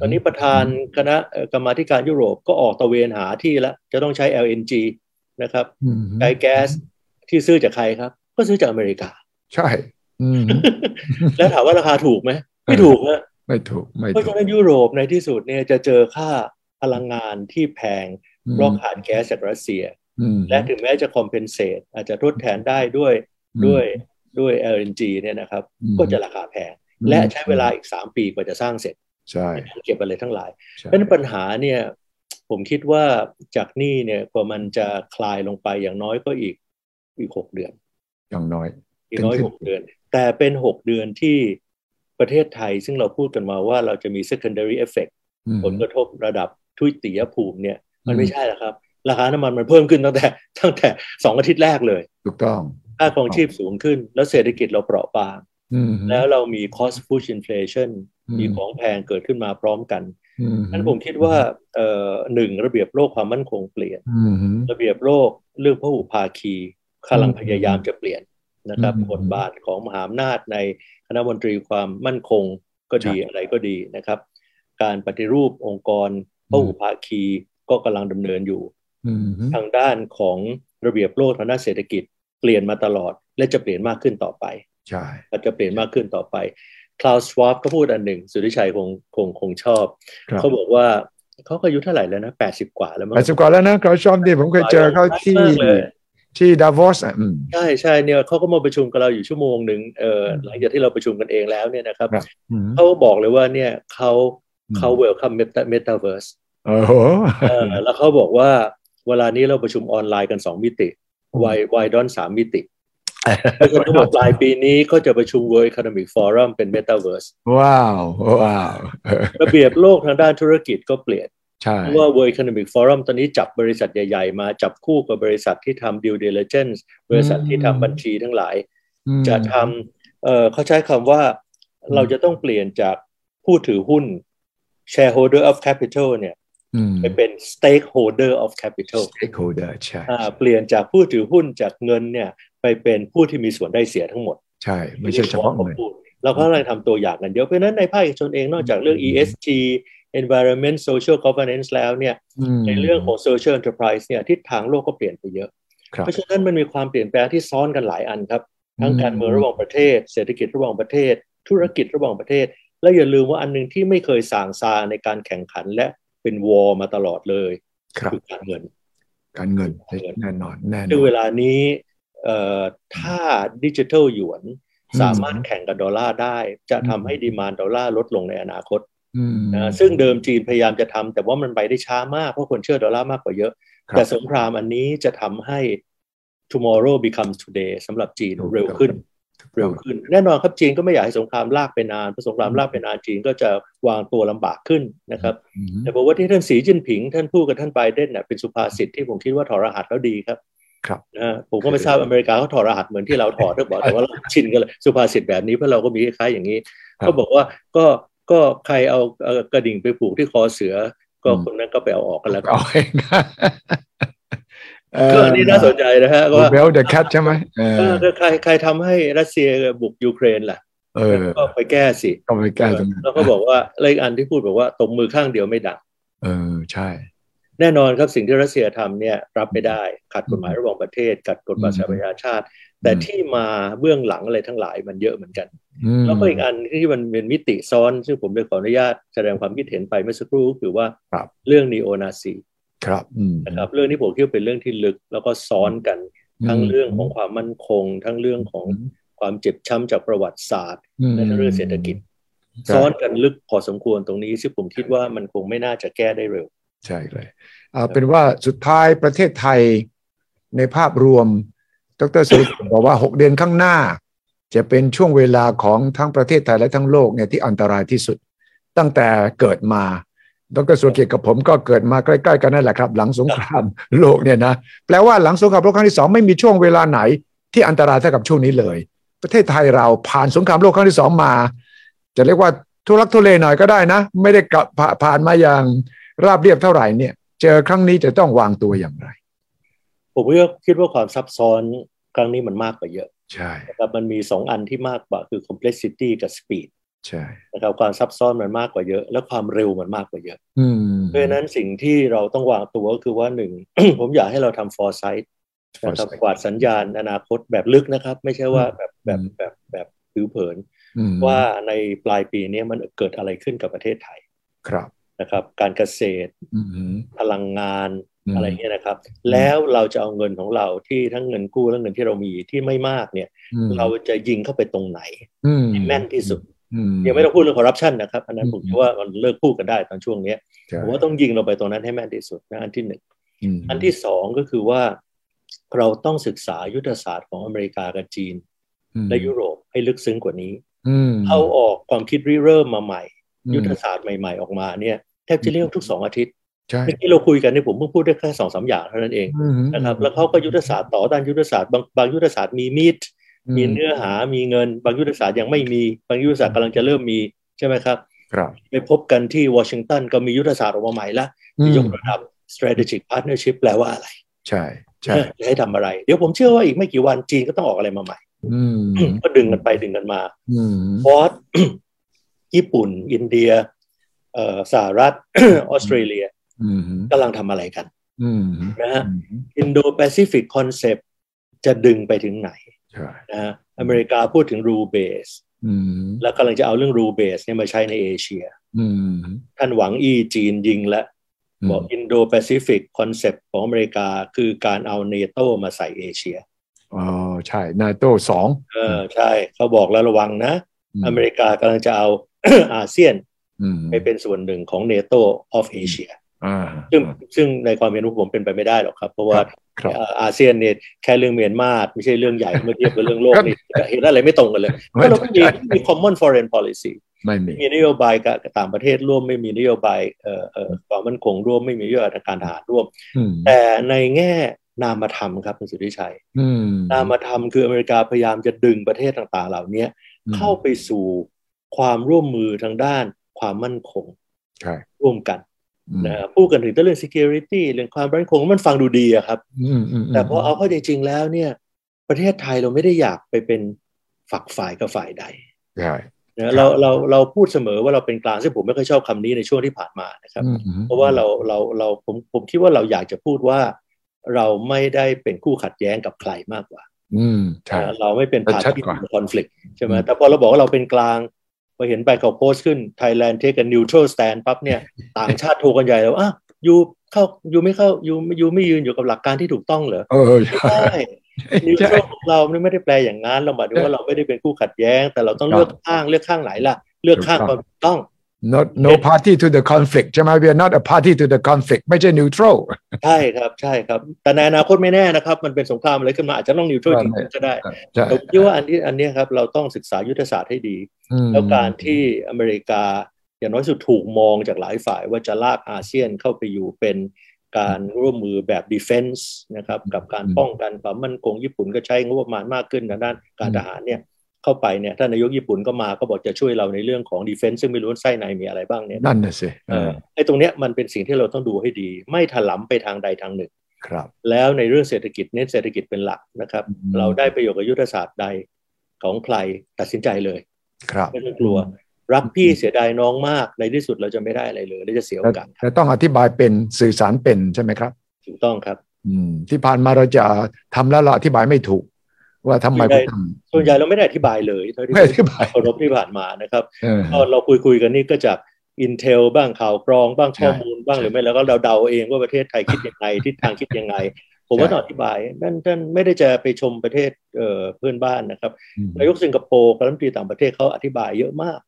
ตอนนี้ประธานคณะเอ่อกรรมาธิการยุโรปก็ออกตระเวนหาที่แล้ว จะต้องใช้ LNG นะครับ อืม ใช้แก๊สที่ซื้อจากใครครับ ก็ซื้อจากอเมริกา ใช่อืม แล้วถามว่าราคาถูกไหม ไม่ถูกนะ ไม่ถูกไม่ เพราะ ถู ฉะ ก นั้นยุโรปในที่สุดเนี่ยจะเจอค่าพลังงานที่แพงเพราะขาดแก๊สจากรัสเซีย อืม และถึงแม้จะคอมเพนเซตอาจจะทดแทนได้ด้วยด้วยด้วย LNG เนี่ยนะครับ อืม ก็จะราคาแพง และใช้เวลาอีก 3 ปีกว่าจะสร้างเสร็จ ใช่ เก็บอะไรทั้งหลาย ใช่ เพราะฉะนั้นปัญหาเนี่ยผมคิดว่าจากหนี้เนี่ยกว่ามันจะคลายลงไปอย่างน้อยก็อีกอีกหกเดือน อย่างน้อย อีกน้อย ถึง หกเดือน แต่เป็นหกเดือนที่ประเทศไทย ซึ่งเราพูดกันมาว่าเราจะมี secondary effect ผลกระทบระดับทุยตียภูมิเนี่ย มันไม่ใช่หรอกครับ ราคาน้ำมันมันเพิ่มขึ้นตั้งแต่ (laughs) ตั้งแต่สองอาทิตย์แรกเลย ถูกต้อง ค่าครองชีพสูงขึ้น แล้วเศรษฐกิจเราเปราะบาง อืม แล้วเรามี cost push inflation อื มีของแพงเกิดขึ้นมาพร้อมกัน อื นั้นผมคิดว่าเอ่อหนึ่งระเบียบโลกความมั่นคงเปลี่ยน อืม ระเบียบโลกเรื่องพหุภาคีกำลังพยายามจะเปลี่ยนนะครับ อืม บทบาทของมหาอำนาจในคณะมนตรีความมั่นคงก็ดี ใช่ อะไรก็ดีนะครับ การปฏิรูปองค์กรพหุภาคีก็กำลังดำเนินอยู่ อืม ทางด้านของระเบียบโลกทางด้านเศรษฐกิจเปลี่ยนมาตลอด และจะเปลี่ยนมากขึ้นต่อไป ใช่ อาจจะเปลี่ยนมากขึ้นต่อไป คลาวสวอปก็พูดอันหนึ่ง สุริชัยคงคงคงชอบ ครับ เขาบอกว่าเขาก็อายุเท่าไหร่แล้วนะแปดสิบกว่าแล้วมั้ง แปดสิบกว่าแล้วนะเขาชอบดีผมเคยเจอเขาที่ มากเลย ที่ดาวอสอ่ะอืม ใช่ใช่เนี่ยเขาก็มาประชุมกับเราอยู่ชั่วโมงหนึ่งเออ อืม หลังจากที่เราประชุมกันเองแล้วเนี่ยนะครับ ครับ อืม เขาบอกเลยว่าเนี่ยเขา อืม เขาเวลคัมเมตาเวิร์ส โอ้โห แล้วเขาบอกว่าเวลานี้เราประชุมออนไลน์กันสองมิติ อืม วายวายดอนสามมิ (laughs) ติเพราะฉะนั้นเขาบอกปลายปีนี้ก็จะประชุม World Economic Forum เป็น Metaverse ว้าวว้าวเออ ระเบียบโลกทางด้านธุรกิจก็เปลี่ยน ใช่ เพราะว่า World Economic Forum ตอนนี้จับบริษัทใหญ่ ๆ มาจับคู่กับบริษัทที่ทำ due diligence บริษัทที่ทำบัญชีทั้งหลาย อืม จะทำเอ่อเขาใช้คำว่า เราจะต้องเปลี่ยนจากผู้ถือหุ้น shareholder of capital เนี่ย อืม ไปเป็น stakeholder of capital stakeholder ใช่ อ่าเปลี่ยนจากผู้ถือหุ้นจากเงินเนี่ยไปเป็นผู้ที่มีส่วนได้เสียทั้งหมด ใช่ ไม่ใช่เฉพาะ ผม เงิน พูดเราก็กำลังทำตัวอย่างกันเยอะเพราะฉะนั้นในภาคเอกชนเองนอกจากเรื่อง ESG environment social governance แล้วเนี่ยในเรื่องของ social enterprise เนี่ยทิศทางโลกก็เปลี่ยนไปเยอะ ครับ เพราะฉะนั้นมันมีความเปลี่ยนแปลงที่ซ้อนกันหลายอันครับ ทั้งการเมืองระหว่างประเทศ เศรษฐกิจระหว่างประเทศ ธุรกิจระหว่างประเทศ และอย่าลืมว่าอันหนึ่งที่ไม่เคยส่างซาในการแข่งขันและเป็นวอมาตลอดเลย ครับ คือการเงิน การเงินแน่นอนแน่น ซึ่ง อ เวน ลานี้เอ่อถ้าดิจิทัลหยวน อืม สามารถแข่งกับดอลลาร์ได้ จะ อืม ทำให้ดีมานดอลลาร์ลดลงในอนาคต อืม นะซึ่งเดิมจีนพยายามจะทำแต่ว่ามันไปได้ช้ามาก เพราะคนเชื่อดอลลาร์มากกว่าเยอะ ครับ แต่สงครามอันนี้จะทำให้ tomorrow becomes today สำหรับจีน ถูก เร็วขึ้น ถูกต้อง เร็วขึ้น แน่นอนครับจีนก็ไม่อยากให้สงครามลากไปนานเพราะสงครามลากไปนานจีนก็จะวางตัวลำบากขึ้นนะครับ อืม แต่บอกว่าที่ท่านสีจิ้นผิง ท่านพูดกับท่านไบเดนเนี่ยเป็นสุภาษิตที่ผมคิดว่าถอดรหัสแล้วดีครับ ครับ นะฮะผมก็ไม่ทราบอเมริกาเขาถอดรหัสเหมือนที่เราถอดหรือเปล่าแต่ว่าเราชินกันเลยสุภาษิตแบบนี้เพราะเราก็มีคล้ายๆอย่างนี้ ครับ ก็บอกว่าก็ก็ใครเอาเอ่อกระดิ่งไปผูกที่คอเสือ ก็ อืม คนนั้นก็ไปเอาออกกันแล้วกัน เอาเอง (laughs) ก็อันนี่น่าสนใจนะฮะว่า เบลเดอะแคทใช่ไหมเอ เอ อ อใครใครทำให้รัสเซียบุกยูเครนล่ะ เออ ก็ไปแก้สิ ก็ไปแก้ตรงนั้น แล้วก็บอกว่าเลขอันที่พูดบอกว่าตบมือข้างเดียวไม่ดัง เออใช่ แน่นอนครับสิ่งที่รัสเซียทำเนี่ยรับไม่ได้ขัดกฎหมายระหว่างประเทศขัดกฎหมาย อืม สหประชาชาติ แต่ อืม ที่มาเบื้องหลังอะไรทั้งหลายมันเยอะเหมือนกัน ม แล้วก็อีกอันที่มันเป็นมิติซ้อน ซึ่งผมได้ขออนุญาตแสดงความคิดเห็นไปเมื่อสักครู่ก็คือว่าเรื่องนีโอนาซี ครับอืม นะครับเรื่องที่ผมคิดว่าเป็นเรื่องที่ลึก แล้วก็ซ้อนกันทั้งเรื่องของความมั่นคง ทั้งเรื่องของความเจ็บช้ำจากประวัติศาสตร์ ม และเรื่องเศรษฐกิจ ใช่ ซ้อนกันลึกพอสมควรตรงนี้ซึ่งผมคิดว่ามันคงไม่น่าจะแก้ได้เร็ว ใช่เลยเอาเป็นว่าสุดท้ายประเทศไทยในภาพรวม ดรสุริยบอกว่า 6 เดือนข้างหน้า จะเป็นช่วงเวลาของทั้งประเทศไทยและทั้งโลกเนี่ยที่อันตรายที่สุด ตั้งแต่เกิดมา ดรสุรเกียรติกับผมก็เกิดมาใกล้ๆกันนั่นแหละครับ หลังสงครามโลกเนี่ยนะแปลว่าหลังสงครามโลกครั้งที่สองไม่มีช่วงเวลาไหน ที่อันตรายเท่ากับช่วงนี้เลย ประเทศไทยเราผ่านสงครามโลกครั้งที่สองมา จะเรียกว่าทุรักทุเลหน่อยก็ได้นะ ไม่ได้กลับผ่าผ่านมาอย่างราบเรียบเท่าไหร่เนี่ย เจอครั้งนี้จะต้องวางตัวอย่างไร ผมก็คิดว่าความซับซ้อนครั้งนี้มันมากกว่าเยอะ ใช่ นะครับมันมี 2 อันที่มากกว่าคือ complexity กับ speed ใช่ นะครับความซับซ้อนมันมากกว่าเยอะ และความเร็วมันมากกว่าเยอะ อืม เพราะฉะนั้นสิ่งที่เราต้องวางตัวก็คือว่าหนึ่ง (coughs) ผมอยากให้เราทำ foresight นะครับ foresight กวาดสัญญาณอนาคตแบบลึกนะครับ ไม่ใช่ว่าแบบแบบ อืม แบบแบบผิวเผิน อืม ว่าในปลายปีนี้มันเกิดอะไรขึ้นกับประเทศไทย ครับ นะครับ การเกษตร อืม พลังงาน ม อะไรเงี้ยนะครับ อืม แล้วเราจะเอาเงินของเราที่ทั้งเงินกู้และเงินที่เรามีที่ไม่มากเนี่ย อืม เราจะยิงเข้าไปตรงไหน อืม ให้แม่นที่สุด อื ยังไม่ต้องพูดเรื่องคอร์รัปชันนะครับ อันนั้น อืม ผมคิดว่ามันเลิกพูดกันได้ตอนช่วงเนี้ย ใช่ ผมว่าต้องยิงลงไปตรงนั้นให้แม่นที่สุดนะอันที่หนึ่ง ม อันที่สองก็คือว่า เราต้องศึกษายุทธศาสตร์ของอเมริกากับจีน และยุโรปให้ลึกซึ้งกว่านี้ อืม เอาออกความคิดริเริ่มมาใหม่ อืม ยุทธศาสตร์ใหม่ๆออกมาเนี่ยแทบจะเรียกว่าทุกสองอาทิตย์ ใช่ เมื่อกี้เราคุยกันเนี่ยผมเพิ่งพูดได้แค่สองสามอย่างเท่านั้นเอง อืม นะครับ แล้วเขาก็ยุทธศาสตร์ต่อด้านยุทธศาสตร์บางบางยุทธศาสตร์มีมีด มีเนื้อหา มีเงิน บางยุทธศาสตร์ยังไม่มี บางยุทธศาสตร์กำลังจะเริ่มมีใช่ไหมครับ ครับ ไปพบกันที่วอชิงตันก็มียุทธศาสตร์ออกมาใหม่ละ อื ที่ยก ม ระดับ strategic partnership แปลว่าอะไร ใช่ใช่ จะให้ทำอะไร เดี๋ยวผมเชื่อว่าอีกไม่กี่วันจีนก็ต้องออกอะไรมาใหม่ อืม ก็ดึงกันไปดึงกันมา อืม ฟอส (coughs) ญี่ปุ่น อินเดียเอ่อสหรัฐ ออสเตรเลีย อืม กำลังทำอะไรกัน อืม นะฮะ อืม อินโดแปซิฟิกคอนเซปต์จะดึงไปถึงไหน ใช่ นะฮะอเมริกาพูดถึงรูเบส อืม แล้วกำลังจะเอาเรื่องรูเบสเนี่ยมาใช้ในเอเชีย อืม ท่านหวังอีจีนยิงและ ม บอกอินโดแปซิฟิกคอนเซปต์ของอเมริกาคือการเอาเนโตมาใส่เอเชีย อ๋อใช่นาโต้สอง เออใช่เขาบอกแล้วระวังนะ อเมริกากำลังจะเอา (coughs) อาเซียน อืม ไปเป็นส่วนหนึ่งของเนโตออฟเอเชีย อ่า ซึ่งซึ่งในความเห็นของผมเป็นไปไม่ได้หรอกครับ เพราะว่า ครับ เอ่ออาเซียนเนี่ยแค่เรื่องเมียนมาไม่ใช่เรื่องใหญ่เมื่อเทียบกับเรื่องโลก ครับ นี่เห็นอะไรไม่ตรงกันเลยเพราะเราไม่มีไม่มี common foreign policy ไม่มี มีนโยบายกับต่างประเทศร่วมไม่มีนโยบายเอ่อเอ่อความมั่นคงร่วมไม่มีนโยบายทางการทหารร่วม อืม แต่ในแง่นามธรรมครับคุณสุทธิชัย อืม นามธรรมคืออเมริกาพยายามจะดึงประเทศต่างๆ เหล่านี้เข้าไปสู่ ความร่วมมือทางด้านความมั่นคง ใช่ ร่วมกัน อืม นะฮะพูดกันถึงแต่เรื่อง security เรื่องความมั่นคงมันฟังดูดีอะครับ อืมมม แต่พอเอาเข้าจริงๆแล้วเนี่ย ประเทศไทยเราไม่ได้อยากไปเป็นฝักฝ่ายกับฝ่ายใด ใช่ นะเราเราเราพูดเสมอว่าเราเป็นกลางซึ่งผมไม่ค่อยชอบคำนี้ในช่วงที่ผ่านมานะครับ อืมอืม เพราะว่าเราเราเราผมผมคิดว่าเราอยากจะพูดว่า เราไม่ได้เป็นคู่ขัดแย้งกับใครมากกว่า อืมใช่ นะเราไม่เป็น แต่ พา ชัด ที่ กว่า คอน FLICT ใช่ไหมแต่พอเราบอกว่าเราเป็นกลางพอเห็นไปเขาโพสต์ขึ้น Thailand take a neutral stand ปั๊บเนี่ย ต่างชาติโทรกันใหญ่แล้วอ่ะยูเข้ายูไม่เข้ายูยูไม่ยืนอยู่กับหลักการที่ถูกต้องเหรอ เออใช่ ใช่นิว ใช่ โชคของเราไม่ได้แปลอย่างนั้นเราหมายถึงว่าเราไม่ได้เป็นคู่ขัดแย้ง แต่เราต้อง ถู เลื ก อก ต้อง ข้างเลือกข้างไหนล่ะ เลือกข้าง ถูกต้ควา อง มถูกต้อง not no party to the conflict ใช่ไหม we are not a party to the conflict ไม่ใช่ neutral ใช่ครับใช่ครับ แต่ในอนาคตไม่แน่นะครับ มันเป็นสงครามอะไรขึ้นมาอาจจะต้องนิวโชคจริงๆก็ได้ ใช่ ผมคิดว่าอันนี้อันเนี้ยครับเราต้องศึกษายุทธศาสตร์ให้ดี อืม แล้วการที่อเมริกาอย่างน้อยสุดถูกมองจากหลายฝ่ายว่าจะลากอาเซียนเข้าไปอยู่เป็นการร่วมมือแบบ defense นะครับกับการป้องกันความมั่นคงญี่ปุ่นก็ใช้งบประมาณมากขึ้นทางด้านการทหารเนี่ยเข้าไปเนี่ยท่านนายกญี่ปุ่นก็มาก็บอกจะช่วยเราในเรื่องของ defense ซึ่งไม่รู้ว่าไส้ในมีอะไรบ้างเนี่ย นั่นน่ะสิ เอ่อไอ้ตรงเนี้ยมันเป็นสิ่งที่เราต้องดูให้ดี ไม่ถลำไปทางใดทางหนึ่ง ครับ แล้วในเรื่องเศรษฐกิจเน้นเศรษฐกิจเป็นหลักนะครับ เราได้ประโยชน์กับยุทธศาสตร์ใดของใครตัดสินใจเลย ครับ ไม่ต้องกลัว รักพี่เสียดายน้องมากในที่สุดเราจะไม่ได้อะไรเลยเราจะเสียโอกาส แต่ต้องอธิบายเป็นสื่อสารเป็นใช่ไหมครับ ถูกต้องครับ อืมที่ผ่านมาเราจะทำแล้วเราอธิบายไม่ถูก ว่าทำไมไม่ทำ ส่วนใหญ่เราไม่ได้อธิบายเลยเท่าที่ ไม่อธิบาย เคารพที่ผ่านมานะครับ เออ ก็เราคุยคุยๆกันนี่ก็จากอินเทลบ้างข่าวกรองบ้าง ใช่ ข้อมูลบ้างหรือไม่แล้วก็เราเดาเองว่าประเทศไทยคิดยังไง ทิศทางคิดยังไง ผมว่า ใช่ ต้องอธิบายนั่นท่านไม่ได้จะไปชมประเทศเอ่อเพื่อนบ้านนะครับ อืม นายกสิงคโปร์กับรัฐมนตรีต่างประเทศเขาอธิบายเยอะมาก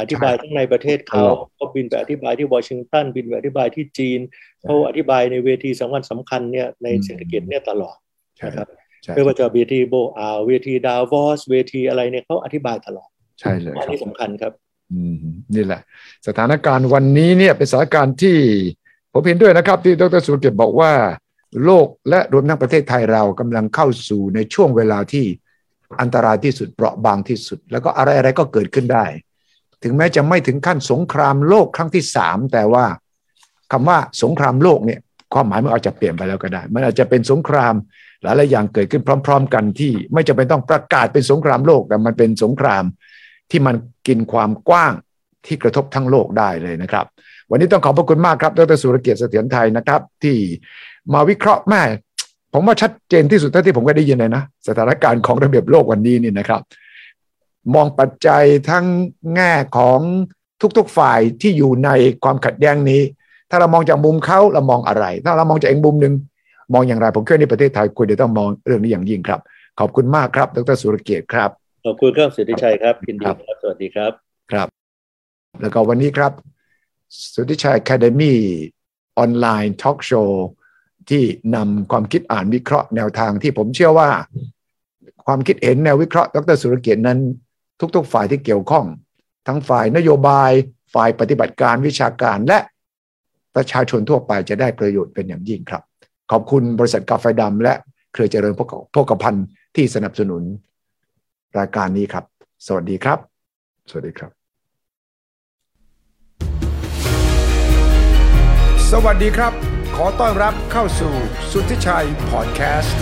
อธิบายทั้งในประเทศเขา ตลอด เขาบินไปอธิบายที่วอชิงตันบินไปอธิบายที่จีน เขาอธิบายในเวทีสำคัญสำคัญเนี่ยในเศรษฐกิจเนี่ยตลอด ใช่ นะครับ ใช่ ไม่ว่าจะเวทีโบอาเวทีดาวอสเวทีอะไรเนี่ยเขาอธิบายตลอด ใช่เลย อัคนรับ นี้สำคัญครับ อืมนี่แหละ สถานการณ์วันนี้เนี่ยเป็นสถานการณ์ที่ผมเห็นด้วยนะครับ ที่ดรสุรเกียรติบอกว่า โลกและรวมทั้งประเทศไทยเรากำลังเข้าสู่ในช่วงเวลาที่อันตรายที่สุดเปราะบางที่สุด แล้วก็อะไรอะไรก็เกิดขึ้นได้ ถึงแม้จะไม่ถึงขั้นสงครามโลกครั้งที่สามแต่ว่าคำว่าสงครามโลกเนี่ยความหมายมันอาจจะเปลี่ยนไปแล้วก็ได้ มันอาจจะเป็นสงครามหลายๆอย่างเกิดขึ้นพร้อม ๆ กันที่ไม่จำเป็นต้องประกาศเป็นสงครามโลกแต่มันเป็นสงคราม ที่มันกินความกว้างที่กระทบทั้งโลกได้เลยนะครับ วันนี้ต้องขอบพระคุณมากครับดรสุรเกียรติเสถียรไทยนะครับ ที่มาวิเคราะห์แม่ ผมว่าชัดเจนที่สุดเท่าที่ผมก็ได้ยินเลยนะ สถานการณ์ของระเบียบโลกวันนี้นี่นะครับ มองปัจจัยทั้งแง่ของทุกๆฝ่ายที่อยู่ในความขัดแย้งนี้ ถ้าเรามองจากมุมเขาเรามองอะไร ถ้าเรามองจากอีกมุมหนึ่งมองอย่างไรผมคิดว่าในประเทศไทยควรจะต้องมองเรื่องนี้อย่างยิ่งครับ ขอบคุณมากครับดรสุรเกียรติครับ ขอบคุณครับสุทธิชัยครับยินดีครับ สวัสดีครับ แล้วก็วันนี้ครับ สุทธิชัย Academy ออนไลน์ทอล์กโชว์ที่นำความคิดอ่านวิเคราะห์แนวทางที่ผมเชื่อว่า ความคิดเห็นแนววิเคราะห์ดรสุรเกียรตินั้น ทุกๆ ฝ่ายที่เกี่ยวข้อง ทั้งฝ่ายนโยบาย ฝ่ายปฏิบัติการวิชาการและประชาชนทั่วไปจะได้ประโยชน์เป็นอย่างยิ่งครับ ขอบคุณบริษัทกาแฟดำและเครือเจริญพกพันธ์ที่สนับสนุนรายการนี้ครับ สวัสดีครับ สวัสดีครับ สวัสดีครับ ขอต้อนรับเข้าสู่สุทธิชัยพอดแคสต์